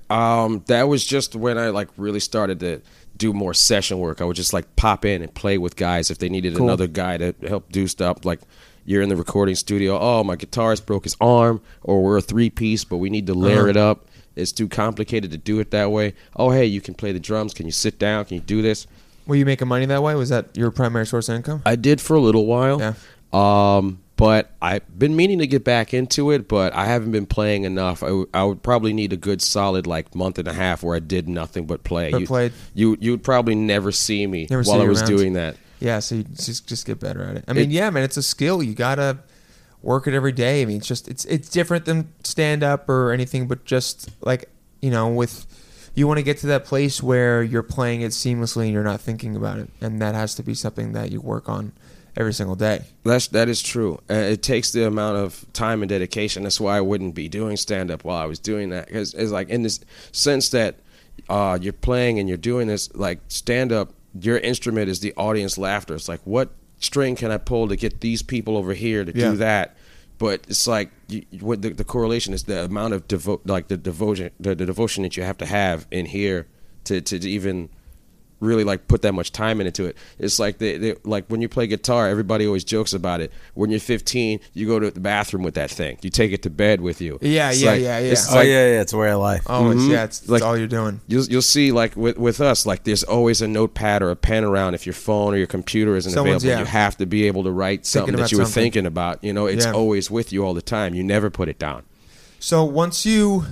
S7: Um, that was just when I like really started to do more session work. I would just like pop in and play with guys if they needed
S1: Cool.
S7: another guy to help do stuff. Like you're in the recording studio. Oh, my guitarist broke his arm, or we're a three piece, but we need to layer
S1: Uh-huh.
S7: it up. It's too complicated to do it that way. Oh, hey, you can play the drums. Can you sit down? Can you do this?
S1: Were you making money that way? Was that your primary source of income?
S7: I did for a little while.
S1: Yeah.
S7: Um, but I've been meaning to get back into it, but I haven't been playing enough. I, w- I would probably need a good solid like month and a half where I did nothing but play.
S1: But
S7: you,
S1: played.
S7: You you would probably never see me
S1: Never
S7: while
S1: see
S7: I
S1: you
S7: was
S1: around.
S7: doing that.
S1: Yeah, so you just just get better at it. I mean,
S7: It-
S1: yeah, man, it's a skill. You gotta work it every day. I mean, it's just it's it's different than stand up or anything, but just like you know, with you want to get to that place where you're playing it seamlessly and you're not thinking about it, and that has to be something that you work on every single day.
S7: That's that is true. Uh, it takes the amount of time and dedication. That's why I wouldn't be doing stand up while I was doing that because it's like in this sense that uh, you're playing and you're doing this like stand up. Your instrument is the audience laughter. It's like what string can I pull to get these people over here to
S1: Yeah.
S7: do that? But it's like you, you- what the, the correlation is the amount of devo- like the devotion the, the devotion that you have to have in here to to even really like put that much time into it. It's like they, they like when you play guitar, everybody always jokes about it. When you're 15, you go to the bathroom with that thing. You take it to bed with you.
S1: Yeah,
S7: It's
S1: yeah,
S7: like-
S1: yeah, yeah.
S7: It's
S1: Oh,
S7: like,
S3: yeah, yeah, it's a way of life.
S1: Always, yeah, it's,
S7: Like-
S1: it's all you're doing.
S7: You'll, you'll see like with, with us like there's always a notepad or a pen around if your phone or your computer isn't
S1: Someone's-
S7: available
S1: yeah.
S7: you have to be able to write something that
S1: about
S7: you were
S1: something.
S7: thinking about you know it's
S1: Yeah.
S7: always with you all the time you never put it down
S1: So once you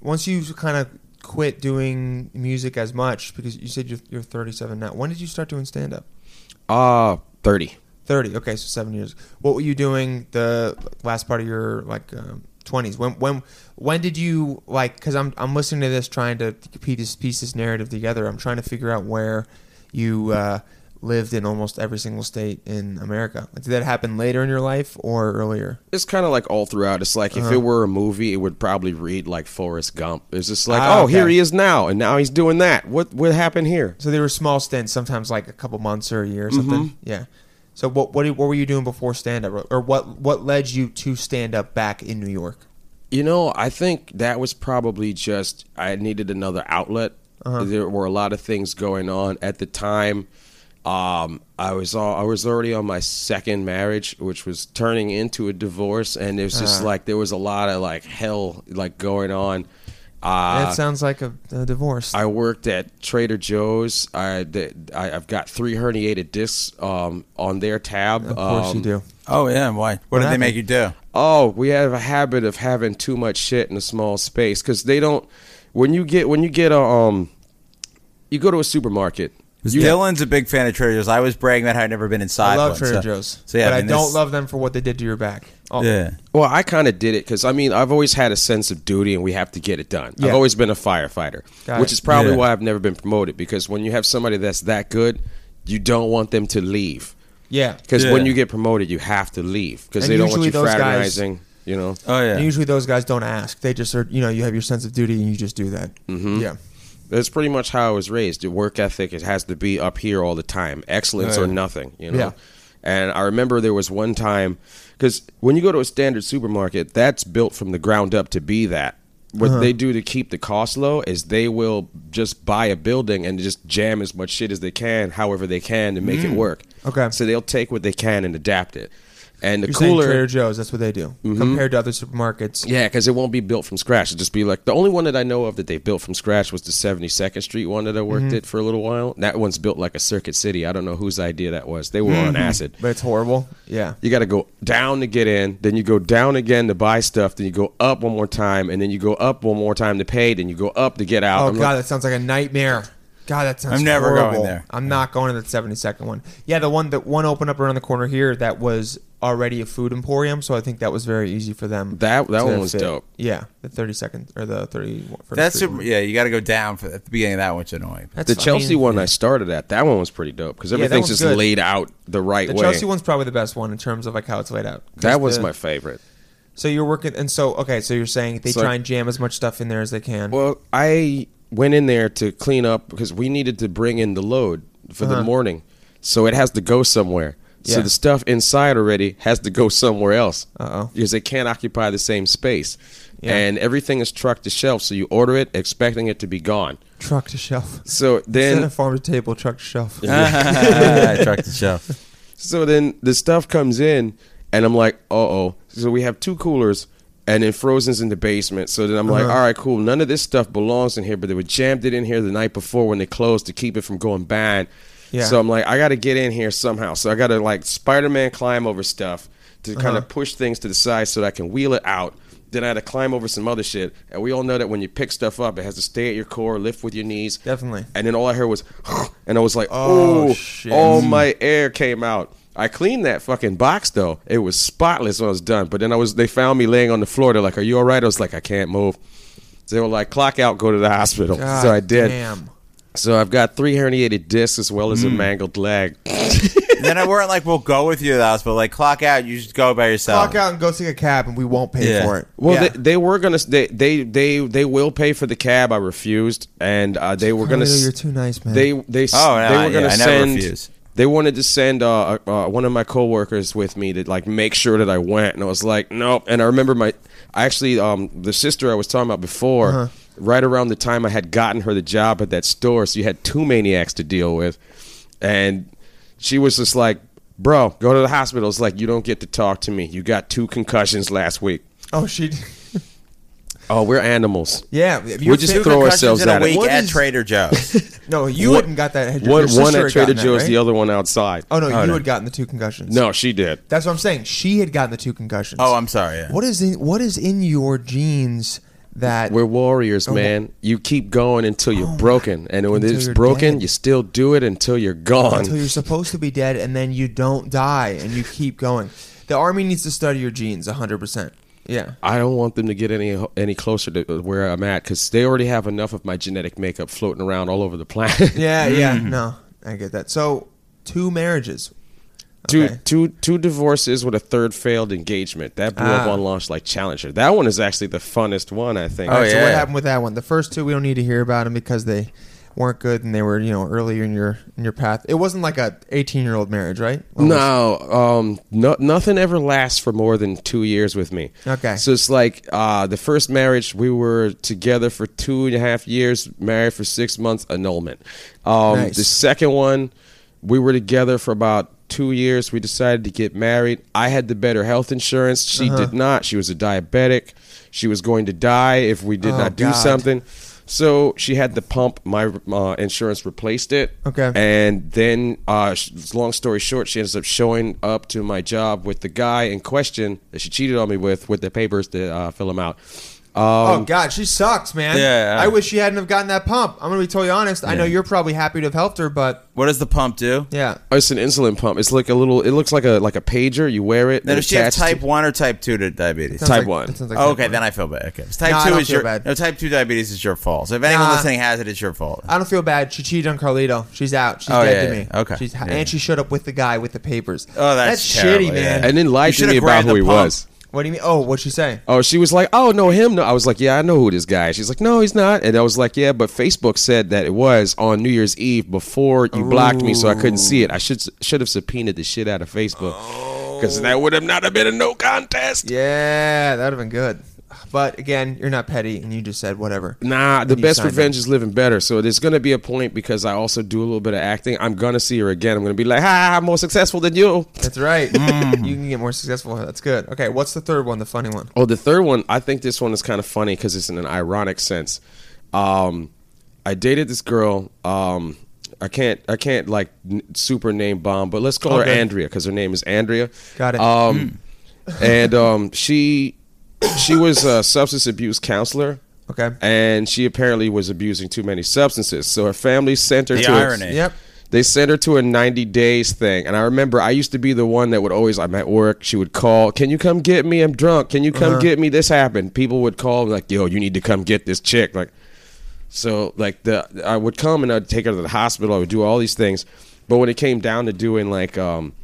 S1: once you kind of quit doing music as much because you said you're, you're 37 now. When did you start doing stand up?
S7: ah 30
S1: Thirty. Okay, so seven years. What were you doing the last part of your like um, twenties? when when when did you like? Because I'm I'm listening to this trying to piece this, piece this narrative together. I'm trying to figure out where you uh, lived in almost every single state in America. Like, did that happen later in your life or earlier?
S7: It's kind of like all throughout. It's like if it were a movie, it would probably read like Forrest Gump. It's just like,
S1: Ah,
S7: oh,
S1: okay.
S7: here he is now, and now he's doing that. What what happened here?
S1: So they were small stints, sometimes like a couple months or a year or something.
S7: Mm-hmm.
S1: Yeah. So what what what were you doing before stand up, or what what led you to stand up back in New York?
S7: You know, I think that was probably just I needed another outlet. There were a lot of things going on at the time. Um, I was all, I was already on my second marriage, which was turning into a divorce, and there's just like there was a lot of like hell like going on. Uh,
S1: that sounds like a, a divorce.
S7: I worked at Trader Joe's. I, the, I have got three herniated discs um, on their tab.
S1: of course you
S7: Um,
S1: do.
S3: Oh yeah, why? What, did they
S1: happened?
S3: make you do?
S7: Oh, we have a habit of having too much shit in a small space because they don't. When you get when you get a um, you go to a supermarket. You-
S3: Dylan's a big fan of Trader Joe's. I was bragging about how I'd never been inside.
S1: I love
S3: one,
S1: Trader
S3: so-
S1: Joe's,
S3: So yeah,
S1: but I,
S3: mean,
S1: don't
S3: this-
S1: love them for what they did to your back. Oh,
S3: Yeah.
S7: Well, I kind of did it because I mean I've always had a sense of duty and we have to get it done.
S1: Yeah.
S7: I've always been a firefighter,
S1: Got
S7: which
S1: it.
S7: is probably
S3: Yeah.
S7: why I've never been promoted because when you have somebody that's that good, you don't want them to leave.
S1: yeah.
S7: Because
S3: Yeah.
S7: when you get promoted, you have to leave because
S1: And
S7: they don't want
S1: usually
S7: you
S1: those guys-
S7: fraternizing. you know.
S3: Oh yeah.
S1: And usually those guys don't ask. They just are. You know, you have your sense of duty and you just do that. Mm-hmm. Yeah.
S7: That's pretty much how I was raised. The work ethic it has to be up here all the time, excellence or nothing. You know.
S1: Yeah.
S7: And I remember there was one time because when you go to a standard supermarket, that's built from the ground up to be that. What
S1: Uh-huh.
S7: they do to keep the cost low is they will just buy a building and just jam as much shit as they can, however they can, to make it work.
S1: Mm. Okay.
S7: So they'll take what they can and adapt it. And the
S1: You're saying
S7: cooler
S1: Trader Joe's. That's what they do compared to other supermarkets.
S7: yeah, because it won't be built from scratch. It'll just be like the only one that I know of that they built from scratch was the 72nd Street one that I worked
S1: Mm-hmm.
S7: at for a little while. That one's built like a circuit city. I don't know whose idea that was. They were
S1: Mm-hmm.
S7: on acid.
S1: But it's horrible. Yeah.
S7: You got to go down to get in, then you go down again to buy stuff, then you go up one more time, and then you go up one more time to pay, then you go up to get out.
S1: Oh
S7: I'm
S1: god,
S7: like,
S1: that sounds like a nightmare. God, that sounds.
S3: I'm never
S1: horrible.
S3: going there.
S1: I'm not going to the 72nd one. Yeah, the one that one opened up around the corner here that was already a food emporium, so I think that was very easy for them.
S7: That- that
S1: to
S7: one was
S1: fit.
S7: dope.
S1: Yeah, the 32nd or the 31st.
S3: That's
S1: Street
S3: super,
S1: one.
S3: yeah. You got to go down for at the beginning of that one's annoying.
S1: That's
S7: the
S1: fine.
S7: Chelsea
S1: I mean,
S7: one I started at, that one was pretty dope because
S1: that
S7: everything's
S1: one's
S7: just
S1: good.
S7: laid out the right
S1: The
S7: way.
S1: Chelsea one's probably the best one in terms of like how it's laid out. 'Cause
S7: that was
S1: the-
S7: my favorite.
S1: So you're working, and so okay, so you're saying they
S7: So-
S1: try and jam as much stuff in there as they can.
S7: Well, I went in there to clean up because we needed to bring in the load for the morning. So it has to go somewhere.
S1: Uh-huh. Yeah.
S7: So the stuff inside already has to go somewhere else
S1: Uh-oh.
S7: because they can't occupy the same space.
S1: Yeah.
S7: And everything is trucked to shelf, so you order it expecting it to be gone.
S1: truck to shelf.
S7: So
S1: Instead
S7: then
S1: of farm to table, truck to shelf.
S3: I tracked the show.
S7: So then the stuff comes in, and I'm like, uh oh. So we have two coolers, and then Frozen's in the basement. So then I'm
S1: Uh-huh.
S7: like, all right, cool. None of this stuff belongs in here, but they would jammed it in here the night before when they closed to keep it from going bad.
S1: Yeah.
S7: So I'm like, I got to get in here somehow. So I got to like Spider Man climb over stuff to
S1: Uh-huh.
S7: kind of push things to the side so that I can wheel it out. Then I had to climb over some other shit. And we all know that when you pick stuff up, it has to stay at your core, lift with your knees.
S1: Definitely.
S7: And then all I heard was, and I was like,
S1: Oh,
S7: oh,
S1: shit.
S7: all my air came out. I cleaned that fucking box though. It was spotless when I was done. But then I was, they found me laying on the floor. They're like, "Are you all right?" I was like, "I can't move." So they were like, "Clock out, go to the hospital."
S1: God
S7: so I did. Um,
S1: Damn. Hmm.
S7: So I've got three herniated discs as well as a mangled leg.
S3: then I weren't like, "We'll go with you to the hospital." Like, clock out. You just go by yourself.
S1: Clock out and go take a cab, and we won't pay
S3: Yeah.
S1: for it.
S7: Well,
S1: Yeah.
S7: they, they were gonna they, they they they will pay for the cab. I refused, and uh, they were gonna.
S1: Carlito,
S7: s-
S1: you're too nice, man.
S7: They they s-
S3: Oh, no,
S7: they were
S3: yeah,
S7: gonna
S3: I never
S7: send.
S3: refuse.
S7: They wanted to send uh, uh, one of my coworkers with me to like make sure that I went, and I was like, nope. And I remember my, I actually um the sister I was talking about before,
S1: Uh-huh.
S7: right around the time I had gotten her the job at that store, so you had two maniacs to deal with, and she was just like, bro, go to the hospital. It's like you don't get to talk to me. You got two concussions last week.
S1: oh, she.
S7: Oh, we're animals.
S1: Yeah, if you
S7: We just
S1: fit-
S7: throw
S3: Concussions
S7: ourselves
S3: in a
S7: at it.
S3: week
S1: What
S3: at
S1: is-
S3: Trader Joe's.
S1: No, you
S7: One-
S1: hadn't got that. Had your,
S7: One,
S1: your sister
S7: one
S1: had
S7: at Trader
S1: gotten that,
S7: Joe's,
S1: right?
S7: the other one outside.
S1: Oh no, you
S3: no.
S1: had gotten the two concussions.
S7: No, Oh, she did.
S1: that's what I'm saying. She had gotten the two concussions.
S3: oh, I'm sorry. Yeah.
S1: What is in what is in your genes that
S7: We're warriors,
S1: wa-
S7: man. You keep going until you're broken, and
S1: Oh.
S7: when
S1: Until
S7: it's
S1: you're
S7: broken,
S1: dead.
S7: you still do it until you're gone.
S1: until you're supposed to be dead and then you don't die and you keep going. The army needs to study your genes 100%. Yeah.
S7: I don't want them to get any any closer to where I'm at because they already have enough of my genetic makeup floating around all over the planet.
S1: Yeah, yeah.
S3: Mm.
S1: No, I get that. So, two marriages.
S7: two
S1: Okay.
S7: two two divorces with a third failed engagement that blew up
S1: Ah.
S7: on launch like Challenger. That one is actually the funnest one, I think.
S3: Oh,
S1: All right, So what
S3: yeah.
S1: happened with that one? The first two we don't need to hear about them because they weren't good and they were you know earlier in your in your path. It wasn't like a 18 year old marriage, right? What was-
S7: No, um, no, nothing ever lasts for more than two years with me.
S1: Okay.
S7: So it's like uh, the first marriage, we were together for two and a half years, married for six months, annulment. Um,
S1: Nice.
S7: The second one, we were together for about two years. We decided to get married. I had the better health insurance. She
S1: Uh-huh.
S7: did not. She was a diabetic. She was going to die if we did
S1: Oh,
S7: not do
S1: God.
S7: something. So she had the pump. My uh, insurance replaced it.
S1: Okay.
S7: And then, uh, sh- long story short, she ends up showing up to my job with the guy in question that she cheated on me with, with the papers to uh, fill them out.
S1: Oh God, she sucks, man.
S3: Yeah.
S1: I wish she hadn't have gotten that pump. I'm gonna be totally honest. I know you're probably happy to have helped her, but
S3: What does the pump do?
S1: yeah.
S7: It's an insulin pump. It's like a little. It looks like a like a pager. You wear it.
S3: Now,
S7: it
S3: does she have
S7: attaches to-
S3: type one or type two to diabetes?
S1: Sounds
S7: Type
S1: like-
S7: one.
S1: that sounds like
S3: Oh,
S1: type
S3: okay,
S1: one.
S3: then I feel bad. Okay, If type
S1: No, I
S3: two
S1: don't
S3: is
S1: feel
S3: your
S1: bad.
S3: no. Type two diabetes is your fault. So if anyone
S1: Nah.
S3: listening has it, it's your fault.
S1: I don't feel bad. She cheated on Carlito. She's out. She's
S3: Oh,
S1: dead
S3: yeah,
S1: to me.
S3: yeah. Okay.
S1: She's
S3: Yeah.
S1: and she showed up with the guy with the papers.
S3: Oh, that's terrible,
S1: shitty, man.
S3: yeah.
S7: And then
S3: You
S7: lied to
S3: should've
S7: me about
S3: grabbed
S7: who
S3: the
S7: he
S3: pump.
S7: was.
S1: What do you mean? Oh, what'd she say?
S7: Oh, she was like, "Oh, no, him." No, I was like, "Yeah, I know who this guy." is." She's like, "No, he's not." And I was like, "Yeah, but Facebook said that it was on New Year's Eve before you blocked me, so I couldn't see it. I should should have subpoenaed the shit out of Facebook because that would have not have been a no contest."
S1: Yeah, that'd have been good. But again, you're not petty, and you just said whatever.
S7: Nah, the
S1: you
S7: best
S1: signed
S7: revenge is living better. So there's gonna be a point because I also do a little bit of acting. I'm gonna see her again. I'm gonna be like, "Ha, I'm more successful than you."
S1: That's right.
S3: Mm.
S1: You can get more successful. That's good. Okay, what's the third one? The funny one.
S7: Oh, the third one. I think this one is kind of funny because it's in an ironic sense. Um, I dated this girl. Um, I can't. I can't like n- super name bomb, but let's call her
S1: Okay.
S7: Andrea because her name is Andrea.
S1: Got it. Hmm.
S7: Um, and um, she she was a substance abuse counselor.
S1: Okay.
S7: And she apparently was abusing too many substances, so her family sent her
S3: The
S7: to a-
S3: irony.
S1: Yep.
S7: they sent her to a 90 days thing. And I remember I used to be the one that would always, I'm at work. She would call, Can you come get me? I'm drunk. Can you come
S1: Uh-huh.
S7: get me? This happened. People would call, like, Yo, you need to come get this chick. Like, so, like, the I would come and I'd take her to the hospital. I would do all these things. But when it came down to doing, like, um,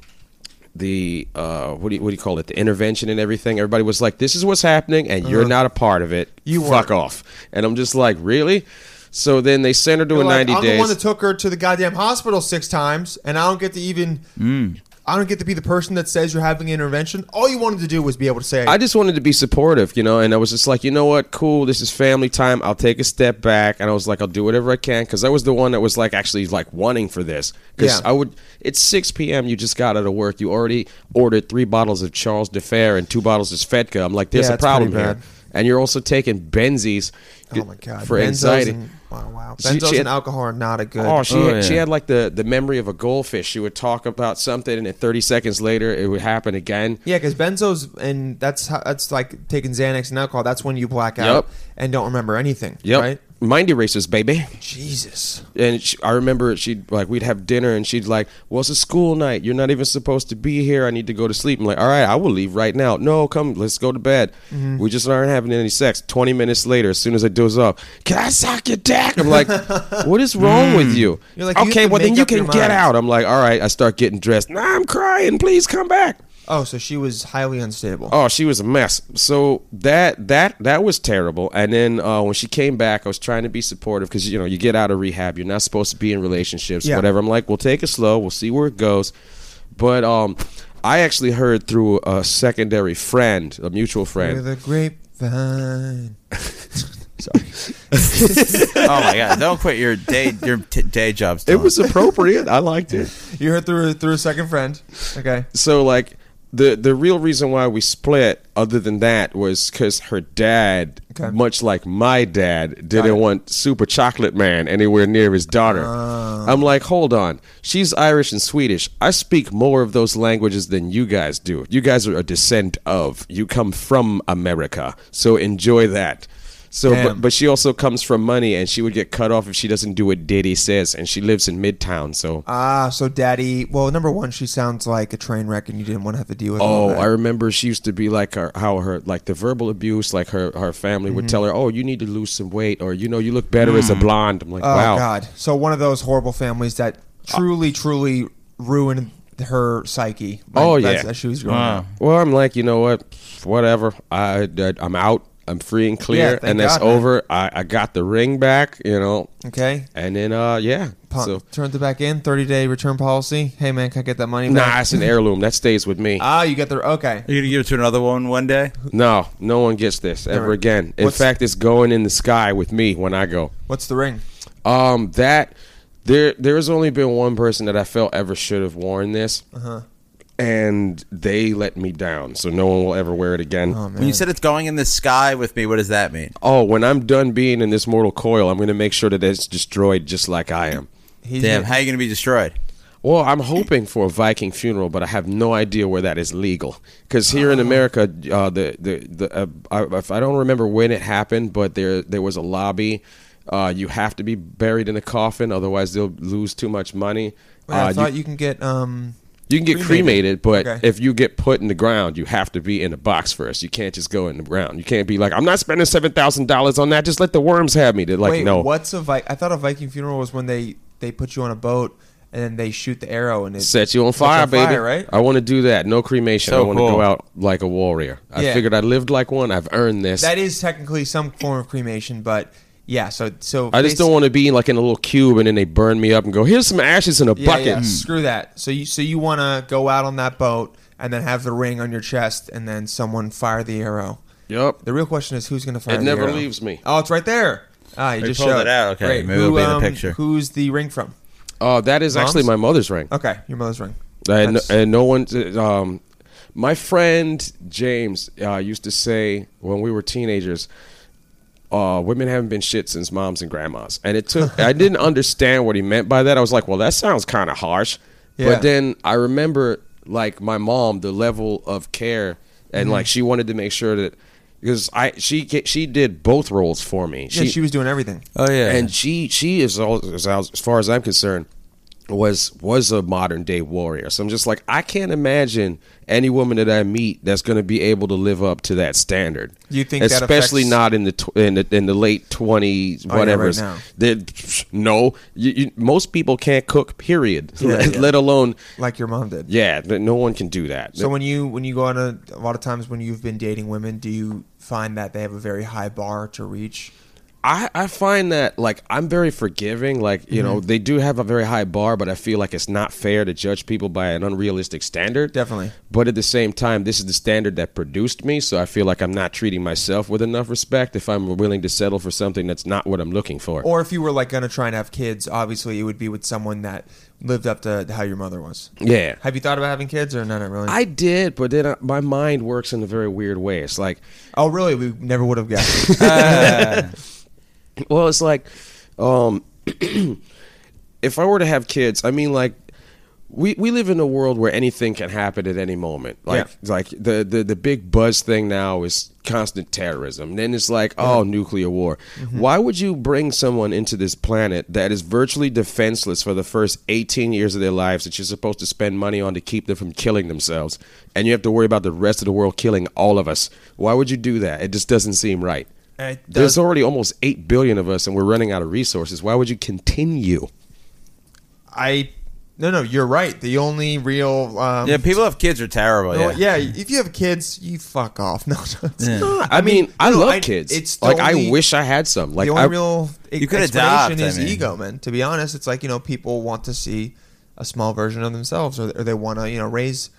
S7: the uh, what do you what do you call it? The intervention and everything. Everybody was like, "This is what's happening, and you're not a part of it.
S1: Uh-huh. You weren't.
S7: fuck off." And I'm just like, "Really?" So then they sent her to a
S1: You're like,
S7: 90
S1: I'm
S7: days.
S1: the one that took her to the goddamn hospital six times, and I don't get to even.
S3: Mm.
S1: I don't get to be the person that says you're having an intervention. All you wanted to do was be able to say,
S7: I just wanted to be supportive, you know, and I was just like, you know what, cool, this is family time. I'll take a step back, and I was like, I'll do whatever I can because I was the one that was like actually like wanting for this because
S1: Yeah.
S7: I would. It's six p.m. You just got out of work. You already ordered three bottles of Charles de Fer and two bottles of Svedka. I'm like, there's
S1: Yeah,
S7: a
S1: it's
S7: problem
S1: pretty
S7: here,
S1: bad.
S7: and you're also taking Benzies.
S1: "Oh my god,
S7: for
S1: benzos
S7: anxiety.
S1: And, wow, wow,
S7: She-
S1: benzos
S7: she had-
S1: and alcohol are not a good.
S7: Oh, she
S3: Oh,
S7: had, she
S3: yeah.
S7: had like the, the memory of a goldfish. She would talk about something, and then 30 seconds later, it would happen again.
S1: yeah, because benzos and that's how, that's like taking Xanax and alcohol. That's when you black out
S7: Yep.
S1: and don't remember anything.
S7: Yep.
S1: Right?
S7: Mind erasers, baby.
S1: Jesus.
S7: and she, I remember she'd like we'd have dinner and she'd like, "Well, it's a school night. You're not even supposed to be here. I need to go to sleep." I'm like, "All right, I will leave right now. No, come, let's go to bed.
S1: Mm-hmm.
S7: We just aren't having any sex." Twenty minutes later, as soon as I doze off, can I suck your dick? I'm like, "What is wrong with you?"
S1: Mm. You're like, you
S7: "Okay,
S1: have to
S7: well then
S1: make
S7: you
S1: up your
S7: can get
S1: mind."
S7: out." I'm like, "All right." I start getting dressed. Nah, I'm crying. Please come back.
S1: Oh, so she was highly unstable.
S7: Oh, she was a mess. So that that that was terrible. And then uh, when she came back, I was trying to be supportive because you know you get out of rehab, you're not supposed to be in relationships,
S1: Yeah.
S7: whatever. I'm like, we'll take it slow, we'll see where it goes. But um, I actually heard through a secondary friend, a mutual
S1: With
S7: friend.
S1: a grapevine.
S3: oh my god! Don't quit your day your t- day jobs.
S7: It was appropriate. I liked it.
S1: You heard through through a second friend. Okay.
S7: so like the the real reason why we split other than that was because her dad
S1: Okay.
S7: much like my dad
S1: it.
S7: didn't want super chocolate man anywhere near his daughter
S1: Ah.
S7: i'm like hold on she's irish and swedish i speak more of those languages than you guys do you guys are a descent of you come from america so enjoy that So,
S1: Damn.
S7: but, but she also comes from money, and she would get cut off if she doesn't do what Diddy says. And she lives in Midtown, so.
S1: Ah, so Daddy. Well, number one, she sounds like a train wreck, and you didn't want to have to deal with. all
S7: Oh,
S1: that.
S7: I remember she used to be like her, how her like the verbal abuse, like her her family
S1: Mm-hmm.
S7: would tell her, "Oh, you need to lose some weight," or you know, you look better as a blonde. I'm like,
S1: Oh
S7: wow,
S1: God! So one of those horrible families that truly, truly ruined her psyche. like,
S7: Oh,
S1: that's-
S7: yeah.
S1: as she was growing up.
S7: Well, I'm like, you know what? Whatever. I, I I'm out. I'm free and
S1: Yeah,
S7: clear,
S1: thank
S7: and that's
S1: God, man.
S7: over. I, I got the ring back, you know,
S1: Okay,
S7: and then uh, yeah.
S1: Pump,
S7: So
S1: turned it back in. Thirty day return policy. Hey man, can I get that money back?
S7: nah, it's an heirloom that stays with me.
S1: Ah, you get the okay.
S3: Are you gonna give it to another one one day?
S7: No, no one gets this ever
S1: Alright.
S7: again. In
S1: What's-
S7: fact, it's going in the sky with me when I go.
S1: What's the ring?
S7: Um, that there there's only been one person that I felt ever should have worn this,
S1: Uh-huh.
S7: and they let me down. So no one will ever wear it again.
S1: Oh man,
S3: When you said it's going in the sky with me, what does that mean?
S7: Oh, when I'm done being in this mortal coil, I'm going to make sure that it's destroyed just like I am.
S1: he's
S3: Damn, how are you gonna be destroyed?
S7: Well, I'm hoping for a Viking funeral, but I have no idea where that is legal. Because here in
S1: Oh.
S7: America, uh, the the, the uh, I, if I don't remember when it happened, but there there was a lobby. Uh, you have to be buried in a coffin, otherwise they'll lose too much money.
S1: Wait, I
S7: Uh,
S1: thought
S7: you,
S1: you, can get um.
S7: you can get
S1: cremated.
S7: cremated, but
S1: Okay.
S7: if you get put in the ground, you have to be in a box first. You can't just go in the ground. You can't be like, I'm not spending seven thousand dollars on that. Just let the worms have me. They're like,
S1: wait,
S7: no,
S1: what's a Viking? I thought a Viking funeral was when they they put you on a boat and then they shoot the arrow and it
S7: set you on
S1: sets
S7: fire, baby. Uh,
S1: right?
S7: I want to do that. No cremation.
S3: So
S7: I want to
S3: cool.
S7: go out like a warrior. I
S1: Yeah.
S7: figured I lived like one. I've earned this.
S1: That is technically some form of cremation, but yeah. So so
S7: I just don't want to be like in a little cube and then they burn me up and go, here's some ashes in a
S1: Yeah,
S7: bucket.
S1: yeah, screw that. So you so you want to go out on that boat and then have the ring on your chest and then someone fire the arrow.
S7: Yup.
S1: The real question is who's going to fire.
S7: It
S1: the
S7: never
S1: arrow?
S7: leaves me.
S1: Oh, it's right there. Ah, you
S3: They
S1: just
S3: pulled
S1: showed
S3: it out. Okay,
S1: Great.
S3: maybe
S1: Who,
S3: it'll be in the
S1: um,
S3: picture.
S1: Who's the ring from?
S7: Oh, that is actually
S1: Moms?
S7: my mother's ring.
S1: Okay, your mother's ring.
S7: and,
S1: That's-
S7: and no one, um, my friend James uh, used to say when we were teenagers, uh, women haven't been shit since moms and grandmas. And it took, I didn't understand what he meant by that. I was like, well, that sounds kind of harsh.
S1: Yeah.
S7: But then I remember, like, my mom, the level of care, and
S1: Mm-hmm.
S7: like, she wanted to make sure that, because I she ca- she did both roles for me.
S1: Yeah, she was doing everything.
S3: Oh yeah,
S7: and she she is all as, as far as I'm concerned was was a modern day warrior. So I'm just like I can't imagine any woman that I meet that's going to be able to live up to that standard.
S1: You think that
S7: especially
S1: affects- Oh,
S7: not in the tw- in the in the late 20s
S1: yeah,
S7: whatever.
S1: right now.
S7: no, you, you, most people can't cook period. let, let alone
S1: like your mom did.
S7: yeah, th- no one can do that.
S1: So when you when you go on a, a lot of times when you've been dating women, do you find that they have a very high bar to reach?
S7: I, I find that like I'm very forgiving. Like you
S1: Mm-hmm.
S7: know, they do have a very high bar, but I feel like it's not fair to judge people by an unrealistic standard.
S1: Definitely.
S7: But at the same time, this is the standard that produced me, so I feel like I'm not treating myself with enough respect if I'm willing to settle for something that's not what I'm looking for.
S1: Or if you were like gonna try and have kids, obviously it would be with someone that lived up to how your mother was.
S7: yeah.
S1: Have you thought about having kids or no? Not really.
S7: I did, but then I, my mind works in a very weird way. It's like
S1: oh, really? We never would have guessed.
S7: Well, it's like, um, if I were to have kids, I mean, like, we, we live in a world where anything can happen at any moment. Like like the, the the big buzz thing now is constant terrorism. Then it's like oh nuclear war. Why would you bring someone into this planet that is virtually defenseless for the first 18 years of their lives that you're supposed to spend money on to keep them from killing themselves and you have to worry about the rest of the world killing all of us? Why would you do that? It just doesn't seem right.
S1: It does-
S7: There's already almost 8 billion of us and we're running out of resources. Why would you continue?
S1: I no no. You're right. The only real um,
S3: yeah, people have kids are terrible.
S1: no,
S3: yeah.
S1: yeah. If you have kids, you fuck off. No, no, it's not.
S7: I mean, I
S1: no,
S7: love
S1: I-
S7: kids.
S1: it's the
S7: like
S1: only-
S7: I wish I had some. Like
S1: the only
S7: I,
S1: real you
S3: could
S1: explanation
S3: adopt, I
S1: is
S3: mean.
S1: ego, man. To be honest, it's like you know people want to see a small version of themselves, or, or they want to you know raise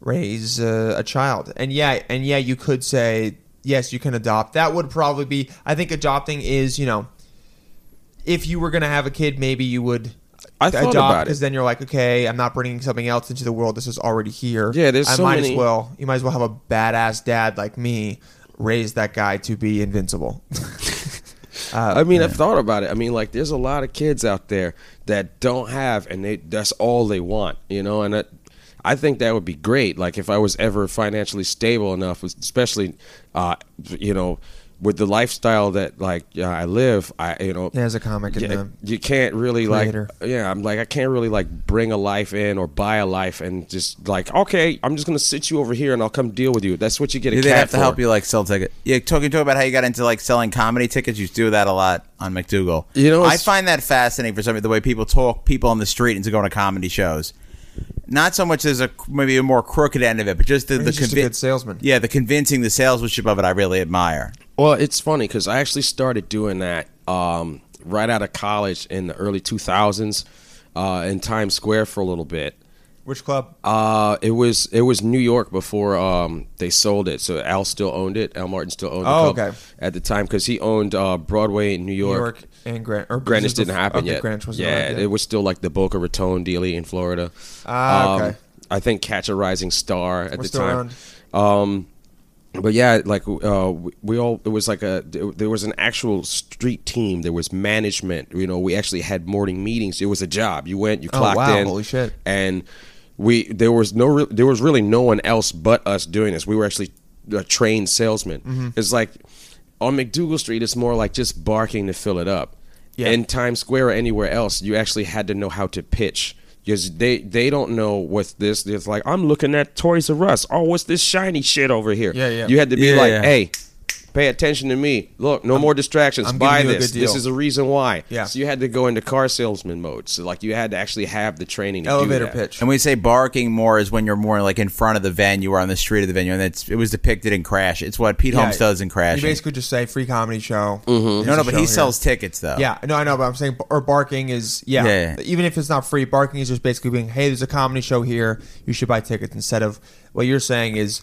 S1: raise uh, a child. And yeah, and yeah, you could say yes, you can adopt. That would probably be. I think adopting is you know if you were gonna have a kid, maybe you would.
S7: I thought about it.
S1: because then you're like, okay, I'm not bringing something else into the world. This is already here.
S7: Yeah, there's
S1: I
S7: so
S1: might as
S7: many-
S1: well. You might as well have a badass dad like me raise that guy to be invincible.
S7: I mean, I've thought about it. I mean, like, there's a lot of kids out there that don't have, and they that's all they want, you know. And I, I think that would be great. Like, if I was ever financially stable enough, especially, uh, you know, with the lifestyle that like yeah, I live, I you know
S1: Yeah, as a comic in
S7: yeah,
S1: the
S7: you can't really
S1: Creator.
S7: like yeah i'm like i can't really like bring a life in or buy a life and just like okay i'm just gonna sit you over here and i'll come deal with you that's what you get a
S3: They
S7: cat
S3: have to
S7: for.
S3: help you like sell tickets. Yeah, talking talk about how you got into like selling comedy tickets. You do that a lot on McDougal.
S7: You know,
S3: I
S7: it's-
S3: find that fascinating for some of the way people talk people on the street into going to comedy shows. Not so much as a maybe a more crooked end of it, but just the, the
S1: he's just a good salesman.
S3: Yeah, the convincing, the salesmanship of it, I really admire.
S7: well it's funny because i actually started doing that um, right out of college in the early 2000s uh, in times square for a little bit
S1: Which club?
S7: uh, it was it was New York before um, they sold it. So Al still owned it. Al Martin still owned. The
S1: Oh,
S7: club
S1: okay.
S7: At the time, because he owned uh, Broadway in New
S1: New
S7: York,
S1: York and Greenwich. Or
S7: Greenwich
S1: this was
S7: didn't
S1: bef-
S7: happen
S1: okay,
S7: yet.
S1: Greenwich was
S7: yeah, it was still like the Boca Raton deal in Florida.
S1: Ah, okay.
S7: I think Catch a Rising Star at
S1: We're
S7: um, the
S1: still
S7: time.
S1: around.
S7: But yeah, like uh, we- we all, it was like a there was an actual street team. There was management. You know, we actually had morning meetings. It was a job. You went, you
S1: Oh,
S7: clocked
S1: wow.
S7: in.
S1: Holy shit.
S7: And we there was no re- there was really no one else but us doing this. We were actually uh, trained salesmen.
S1: Mm-hmm.
S7: It's like on McDougal Street, it's more like just barking to fill it up.
S1: Yeah.
S7: In Times Square or anywhere else, you actually had to know how to pitch. Because they, they don't know what's this. It's like, I'm looking at Toys R Us. Oh, what's this shiny shit over here?
S1: Yeah, yeah.
S7: You had to be
S3: Yeah,
S7: like,
S3: yeah.
S7: hey, pay attention to me. Look, no more distractions.
S1: I'm
S7: Buy
S1: giving you a
S7: this.
S1: good
S7: This
S1: deal.
S7: is a reason why.
S1: Yeah.
S7: So you had to go into car salesman mode. So like you had to actually have the training. To do
S1: Elevator
S7: that.
S1: pitch.
S3: And we say barking more is when you're more like in front of the venue or on the street of the venue, and that's it was depicted in Crash. It's what Pete
S1: Yeah,
S3: Holmes does in Crash.
S1: You basically just say free comedy show.
S3: no, no, but he sells tickets though.
S1: Yeah, no, I know, but I'm saying, or barking is yeah,
S3: Yeah, yeah.
S1: Even if it's not free, barking is just basically being, hey, there's a comedy show here, you should buy tickets. Instead of what you're saying is,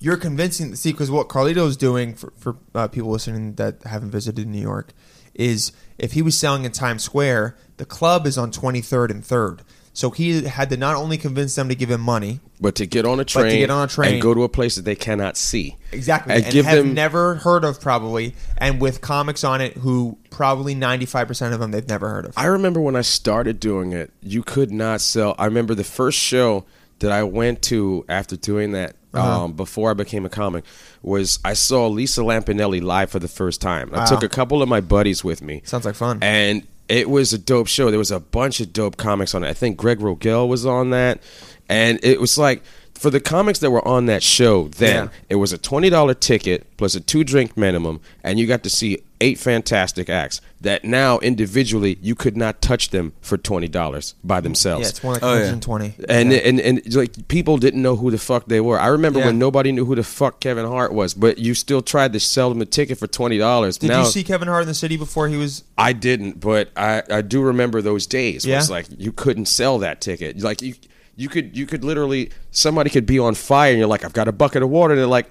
S1: you're convincing. See, because what Carlito's doing for for uh, people listening that haven't visited New York is if he was selling in Times Square, the club is on 23rd and 3rd. So he had to not only convince them to give him money,
S7: But to get on a train,
S1: get on a train-
S7: and go to a place that they cannot see.
S1: Exactly,
S7: And,
S1: and,
S7: give
S1: have
S7: them
S1: never heard of probably, and with comics on it who probably ninety five percent of them they've never heard of.
S7: I remember when I started doing it, you could not sell. I remember the first show that I went to after doing that,
S1: Uh-huh.
S7: um, before I became a comic, was I saw Lisa Lampanelli live for the first time. I took a couple of my buddies with me.
S1: Sounds like fun.
S7: And it was a dope show. There was a bunch of dope comics on it. I think Greg Rogel was on that. And it was like, for the comics that were on that show then,
S1: Yeah.
S7: it was a $20 ticket plus a two drink minimum, and you got to see eight fantastic acts that now individually you could not touch them for $20 by themselves.
S1: yeah, it's more like
S3: Oh, yeah.
S1: 120.
S7: And,
S1: Yeah.
S7: and and like people didn't know who the fuck they were. I remember
S1: Yeah.
S7: when nobody knew who the fuck Kevin Hart was, but you still tried to sell them a ticket for twenty dollars.
S1: did you see Kevin Hart in the city before he was?
S7: I didn't, but I, I do remember those days. Where It's
S1: Yeah?
S7: like you couldn't sell that ticket. Like you you could you could literally somebody could be on fire and you're like I've got a bucket of water and they're like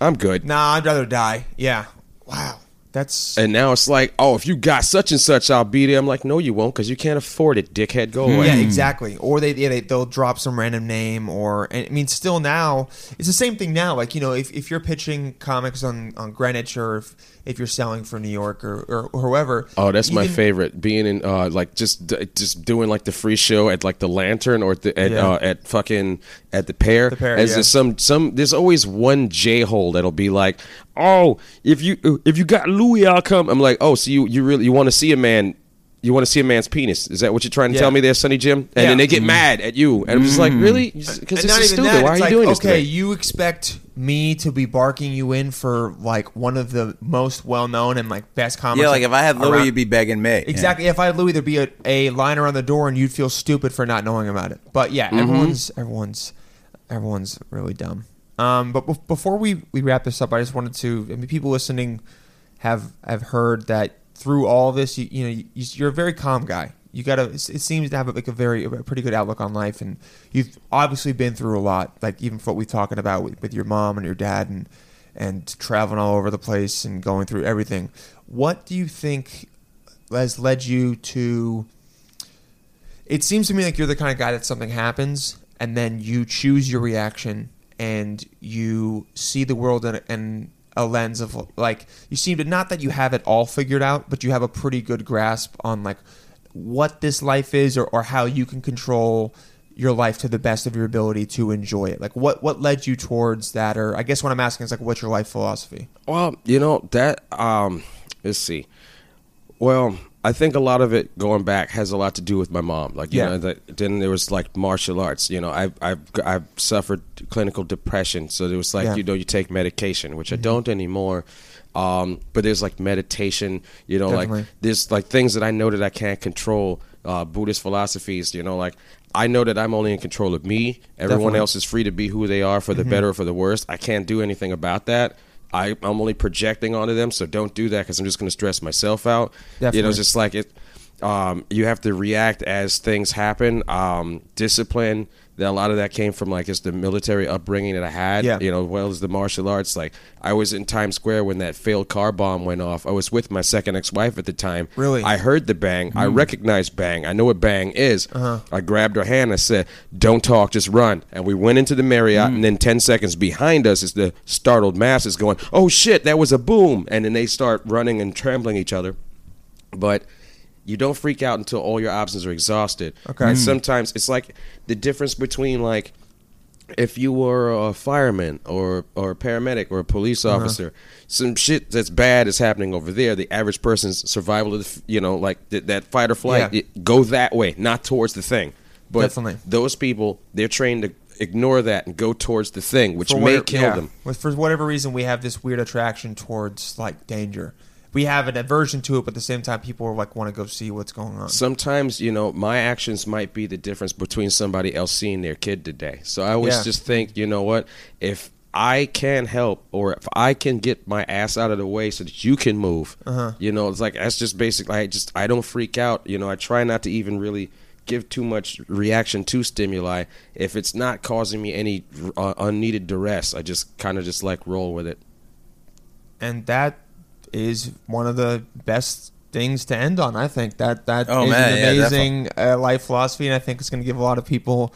S7: I'm good.
S1: Nah, I'd rather die. Yeah. Wow, that's
S7: And now it's like oh if you got such and such I'll be there. I'm like no you won't because you can't afford it. Dickhead go away.
S1: yeah, exactly. Or they yeah they they'll drop some random name or and I mean still now it's the same thing now. Like you know if, if you're pitching comics on on Greenwich or if, if you're selling for New York or or, or whoever.
S7: Oh, that's
S1: you
S7: my
S1: can-
S7: favorite. Being in, uh, like, just d- just doing like the free show at like the Lantern or at the, at,
S1: Yeah.
S7: uh, at fucking at the Pear.
S1: The Pear,
S7: As
S1: yeah.
S7: there's some some there's always one j hole that'll be like, oh, if you if you got Louis, I'll come. I'm like, oh, so you you really you want to see a man. You want to see a man's penis? Is that what you're trying to
S1: Yeah.
S7: tell me, there, Sonny Jim? And
S1: Yeah. Mm-hmm.
S7: then they get mad at you, and I'm just like, really? Because
S1: And
S7: this
S1: not
S7: is
S1: even
S7: stupid.
S1: that. it's
S7: Why are you
S1: like,
S7: doing this?
S1: okay,
S7: Okay,
S1: you expect me to be barking you in for like one of the most well known and like best comics.
S3: yeah. Like if I had Louis,
S1: around-
S3: you'd be begging me.
S1: Exactly. If I had Louis, there'd be a, a line around the door, and you'd feel stupid for not knowing about it. But yeah, everyone's everyone's everyone's really dumb. Um, but bef- before we, we wrap this up, I just wanted to. I mean, people listening have have heard that through all this, you, you know, you, you're a very calm guy. You got to. It seems to have like a very a pretty good outlook on life, and you've obviously been through a lot. Like even for what we talking about with, with your mom and your dad, and and traveling all over the place and going through everything. What do you think has led you to it seems to me like you're the kind of guy that something happens and then you choose your reaction and you see the world in, in a lens of like you seem to not that you have it all figured out but you have a pretty good grasp on like what this life is or, or how you can control your life to the best of your ability to enjoy it? Like what what led you towards that? Or I guess what I'm asking is like, what's your life philosophy?
S7: Well, you know that. Um, let's see. Well, I think a lot of it going back has a lot to do with my mom. Like, you
S1: Yeah.
S7: know, that, then there was like martial arts. You know, I've I've I've suffered clinical depression, so there was like
S1: Yeah. Mm-hmm.
S7: you know you take medication, which I don't anymore. Um, but there's like meditation. You know, like
S1: Definitely.
S7: there's like things that I know that I can't control. Uh, Buddhist philosophies. You know, like. I know that I'm only in control of me. Everyone
S1: Definitely. Mm-hmm.
S7: else is free to be who they are for the better or for the worse. I can't do anything about that. I, I'm only projecting onto them, so don't do that because I'm just going to stress myself out. You know,
S1: Definitely.
S7: it's just like it. Um, you have to react as things happen. Um, discipline. That a lot of that came from like just the military upbringing that I had.
S1: Yeah.
S7: You know, as well as the martial arts. Like I was in Times Square when that failed car bomb went off. I was with my second ex-wife at the time.
S1: Really? Hmm.
S7: I heard the bang. I recognized bang. I know what bang is.
S1: Uh-huh.
S7: I grabbed her hand. I said, "Don't talk, just run." And we went into the Marriott.
S1: Hmm.
S7: And then ten seconds behind us is the startled masses going, "Oh shit, that was a boom!" And then they start running and trampling each other. But you don't freak out until all your options are exhausted.
S1: Okay. Mm.
S7: And sometimes it's like the difference between like if you were a fireman or or a paramedic or a police
S1: Uh-huh.
S7: officer, some shit that's bad is happening over there. The average person's survival of the, f- you know like th- that fight or flight
S1: Yeah.
S7: it- go that way, not towards the thing. But
S1: Definitely.
S7: those people they're trained to ignore that and go towards the thing, which may
S1: whatever-
S7: kill
S1: yeah.
S7: them.
S1: With- For whatever reason, we have this weird attraction towards like danger. We have an aversion to it, but at the same time, people are like want to go see what's going on.
S7: sometimes you know my actions might be the difference between somebody else seeing their kid today so i always
S1: Yeah.
S7: just think you know what if i can help or if i can get my ass out of the way so that you can move
S1: Uh-huh.
S7: you know it's like that's just basically i just i don't freak out you know i try not to even really give too much reaction to stimuli if it's not causing me any uh, unneeded duress i just kind of just like roll with it
S1: and that is one of the best things to end on. I think that that
S3: Oh,
S1: is
S3: man, yeah,
S1: an amazing uh, life philosophy, and I think it's going to give a lot of people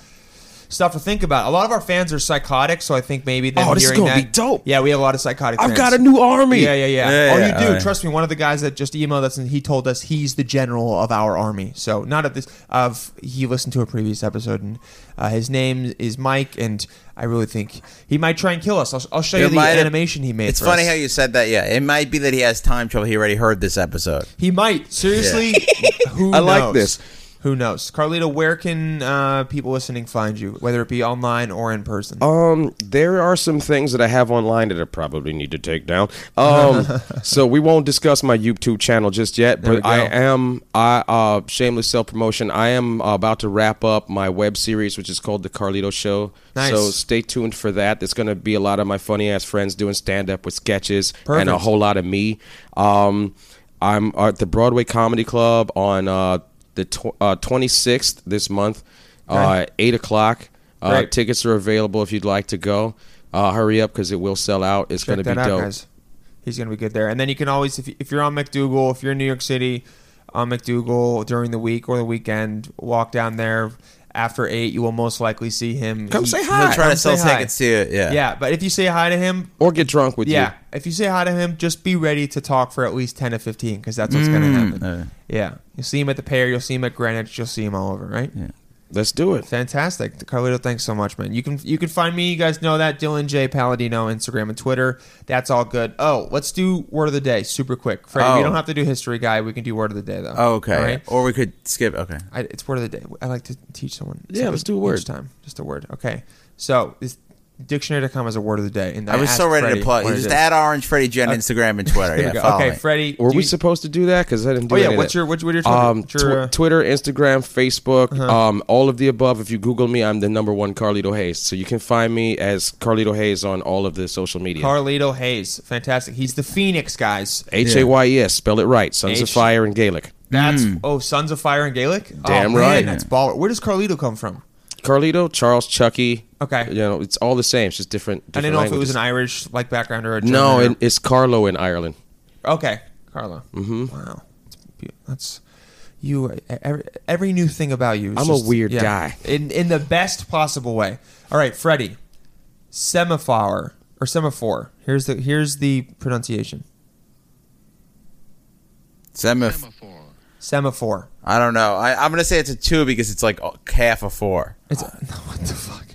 S1: stuff to think about. A lot of our fans are psychotic, so I think maybe them
S7: Oh, this is
S1: hearing
S7: gonna
S1: that,
S7: be dope.
S1: Yeah, we have a lot of psychotic.
S7: i've
S1: fans.
S7: got a new army
S1: Yeah, yeah, yeah.
S3: Yeah,
S1: oh,
S3: yeah,
S1: you do.
S3: alright.
S1: Trust me. One of the guys that just emailed us and he told us he's the general of our army. So not at this. Of he listened to a previous episode and uh, his name is Mike, and I really think he might try and kill us. I'll, I'll show you
S3: It
S1: the
S3: might have-
S1: animation he made.
S3: It's
S1: for
S3: funny
S1: us.
S3: how you said that. Yeah, it might be that he has time trouble. He already heard this episode.
S1: He might. Seriously, who
S7: I
S1: knows?
S7: like this.
S1: Who knows? Carlito, where can uh, people listening find you, whether it be online or in person?
S7: Um, there are some things that I have online that I probably need to take down. Um, so we won't discuss my YouTube channel just yet,
S1: There we
S7: but I
S1: go.
S7: am I uh shameless self promotion. I am uh, about to wrap up my web series, which is called The Carlito Show.
S1: Nice.
S7: So stay tuned for that. There's going to be a lot of my funny ass friends doing stand up with sketches and a
S1: Perfect.
S7: whole lot of me. Um, I'm at the Broadway Comedy Club on uh the tw- uh, 26th this month, uh, eight o'clock. Uh,
S1: Great.
S7: tickets are available if you'd like to go. Uh, hurry up because it will sell out. It's going
S1: Check
S7: to
S1: that
S7: be
S1: out,
S7: dope.
S1: guys. He's going to be good there. And then you can always, if, you- if you're on McDougal, if you're in New York City, on McDougal during the week or the weekend, walk down there after eight. You will most likely see him.
S7: Come say
S3: He'll
S7: hi.
S3: try
S1: Come
S3: to sell
S1: say hi.
S3: tickets to you. Yeah.
S1: Yeah, but if you say hi to him,
S7: Or get drunk with
S1: yeah,
S7: you.
S1: if you say hi to him, just be ready to talk for at least ten to fifteen because that's what's going to happen. yeah, you'll see him at the pair, you'll see him at Greenwich, you'll see him all over, right?
S7: Let's do it.
S1: Fantastic, Carlito. Thanks so much, man. You can you can find me. You guys know that Dylan J Paladino, Instagram and Twitter. That's all good. Oh, let's do word of the day super quick. Fred,
S3: Oh.
S1: we don't have to do history guy. We can do word of the day though.
S3: Oh, okay.
S1: All right?
S3: Or we could skip. Okay.
S1: I, it's word of the day. I like to teach someone.
S7: Yeah, let's do a
S1: each
S7: word.
S1: time. Just a word. Okay. So this dictionary.com is a word of the day. And
S3: I was
S1: asked
S3: so ready
S1: Freddie
S3: to plug.
S1: what
S3: You
S1: it
S3: Just
S1: is.
S3: add Orange Freddy Jen Instagram and Twitter.
S1: Here we
S3: yeah,
S1: go.
S3: follow
S1: Okay,
S3: me.
S1: Freddie.
S7: Were
S1: do
S7: we
S1: you-
S7: supposed to do that? Because I didn't do
S1: Oh yeah,
S7: any of
S1: what's
S7: that.
S1: your what's your, what's your,
S7: um,
S1: what's your, Uh-huh. uh,
S7: tw- Twitter, Instagram, Facebook, um, all of the above. If you Google me, I'm the number one Carlito Hayes. So you can find me as Carlito Hayes on all of the social media.
S1: Carlito Hayes? Fantastic. He's the Phoenix, guys.
S7: H A Y E S, spell it right. Sons of
S1: H-
S7: Fire in Gaelic.
S1: That's
S3: Hmm.
S1: oh, Sons of Fire and Gaelic.
S7: Damn
S1: oh,
S7: right.
S1: Man, that's baller. Where does Carlito come from?
S7: Carlito, Charles, Chucky.
S1: Okay.
S7: You know, it's all the same. It's just different.
S1: I didn't
S7: different
S1: know if it was
S7: languages.
S1: an Irish like background or a German
S7: No,
S1: or-
S7: it, it's Carlo in Ireland.
S1: okay, Carlo. Mm-hmm. Wow, that's, be- that's you. e, Every, every new thing about you. Is
S7: I'm a
S1: just-
S7: weird
S1: yeah.
S7: guy.
S1: in in the best possible way. All right, Freddie, semaphore or semaphore. Here's the here's the pronunciation.
S3: Semif-
S4: Semaphore.
S1: Semaphore.
S3: I don't know. I, I'm gonna say it's a two because it's like uh, half a four.
S1: It's no, what the fuck.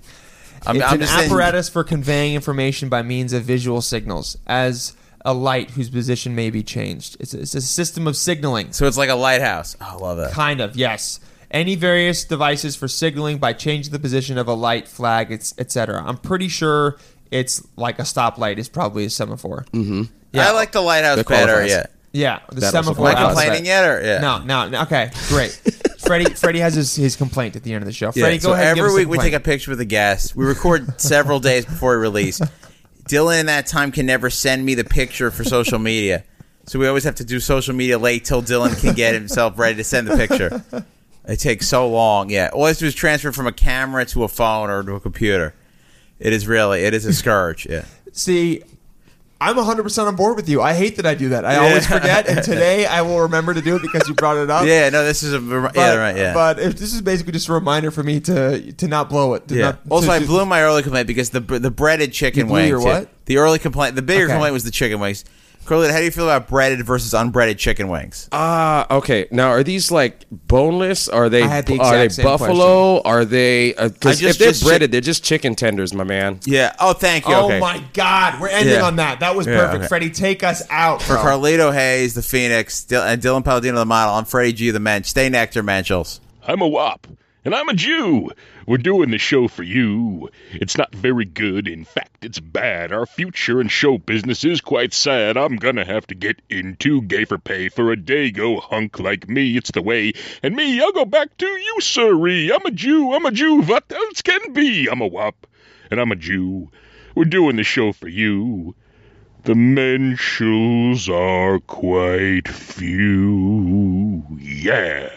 S3: I'm,
S1: it's
S3: I'm
S1: an
S3: just saying-
S1: apparatus for conveying information by means of visual signals, as a light whose position may be changed. It's, it's a system of signaling.
S3: So it's like a lighthouse. Oh, I love that.
S1: Kind of, yes. Any various devices for signaling by changing the position of a light, flag, it's- etc. I'm pretty sure it's like a stoplight is probably a semaphore.
S3: Mm.
S1: Mm-hmm. Yeah.
S3: I like the lighthouse
S7: That
S3: better.
S7: qualifies.
S3: Yeah.
S1: Yeah, the
S7: That also
S1: semaphore.
S3: Am I
S7: qualifies.
S1: alphabet.
S3: complaining yet or yeah?
S1: No, no, no. Okay, great. Freddie, Freddie has his, his complaint at the end of the show.
S3: Yeah,
S1: Freddie, go
S3: so
S1: ahead. and give
S3: Every
S1: us a
S3: week we take a
S1: complaint.
S3: picture with a guest. We record several days before we release. Dylan in that time can never send me the picture for social media. So we always have to do social media late till Dylan can get himself ready to send the picture. It takes so long. Yeah. All I have to do is transfer from a camera to a phone or to a computer. It is really it is a scourge. Yeah.
S1: See, I'm 100% on board with you. I hate that I do that. I always
S3: Yeah.
S1: forget, and today I will remember to do it because you brought it up.
S3: Yeah, no, this is a
S1: But,
S3: yeah, right, yeah.
S1: but if this is basically just a reminder for me to to not blow it. To
S3: Yeah.
S1: Not,
S3: also,
S1: to,
S3: I
S1: to-
S3: blew my early complaint because the the breaded
S1: You
S3: chicken
S1: blew
S3: wings.
S1: your
S3: yeah.
S1: what?
S3: The early complaint, the bigger
S1: Okay.
S3: complaint was the chicken wings. Carlin, how do you feel about breaded versus unbreaded chicken wings?
S1: Uh,
S7: Ah, okay. Now, are these like boneless? Are they
S1: I had the
S7: are they
S1: exact same
S7: buffalo? Are they? Uh, 'cause
S3: I just-
S7: if they're
S3: just
S7: breaded, they're just chicken tenders, my man.
S3: yeah. Oh, thank you.
S1: Oh
S3: okay.
S1: my God, we're ending
S3: Yeah.
S1: on that. That was
S3: Yeah,
S1: perfect.
S3: okay.
S1: Freddie, take us out.
S3: For
S1: bro.
S3: Carlito Hayes, the Phoenix, Dil- and Dylan Palladino, the model. I'm Freddie G, the mensch. Stay nectar, menschels.
S8: I'm a wop, and I'm a Jew. We're doing the show for you. It's not very good. In fact, it's bad. Our future in show business is quite sad. I'm gonna have to get into gay for pay for a dago hunk like me. It's the way. And me, I'll go back to you, sirree. I'm a Jew. I'm a Jew. What else can be? I'm a wop, and I'm a Jew. We're doing the show for you. The menschels are quite few. Yeah.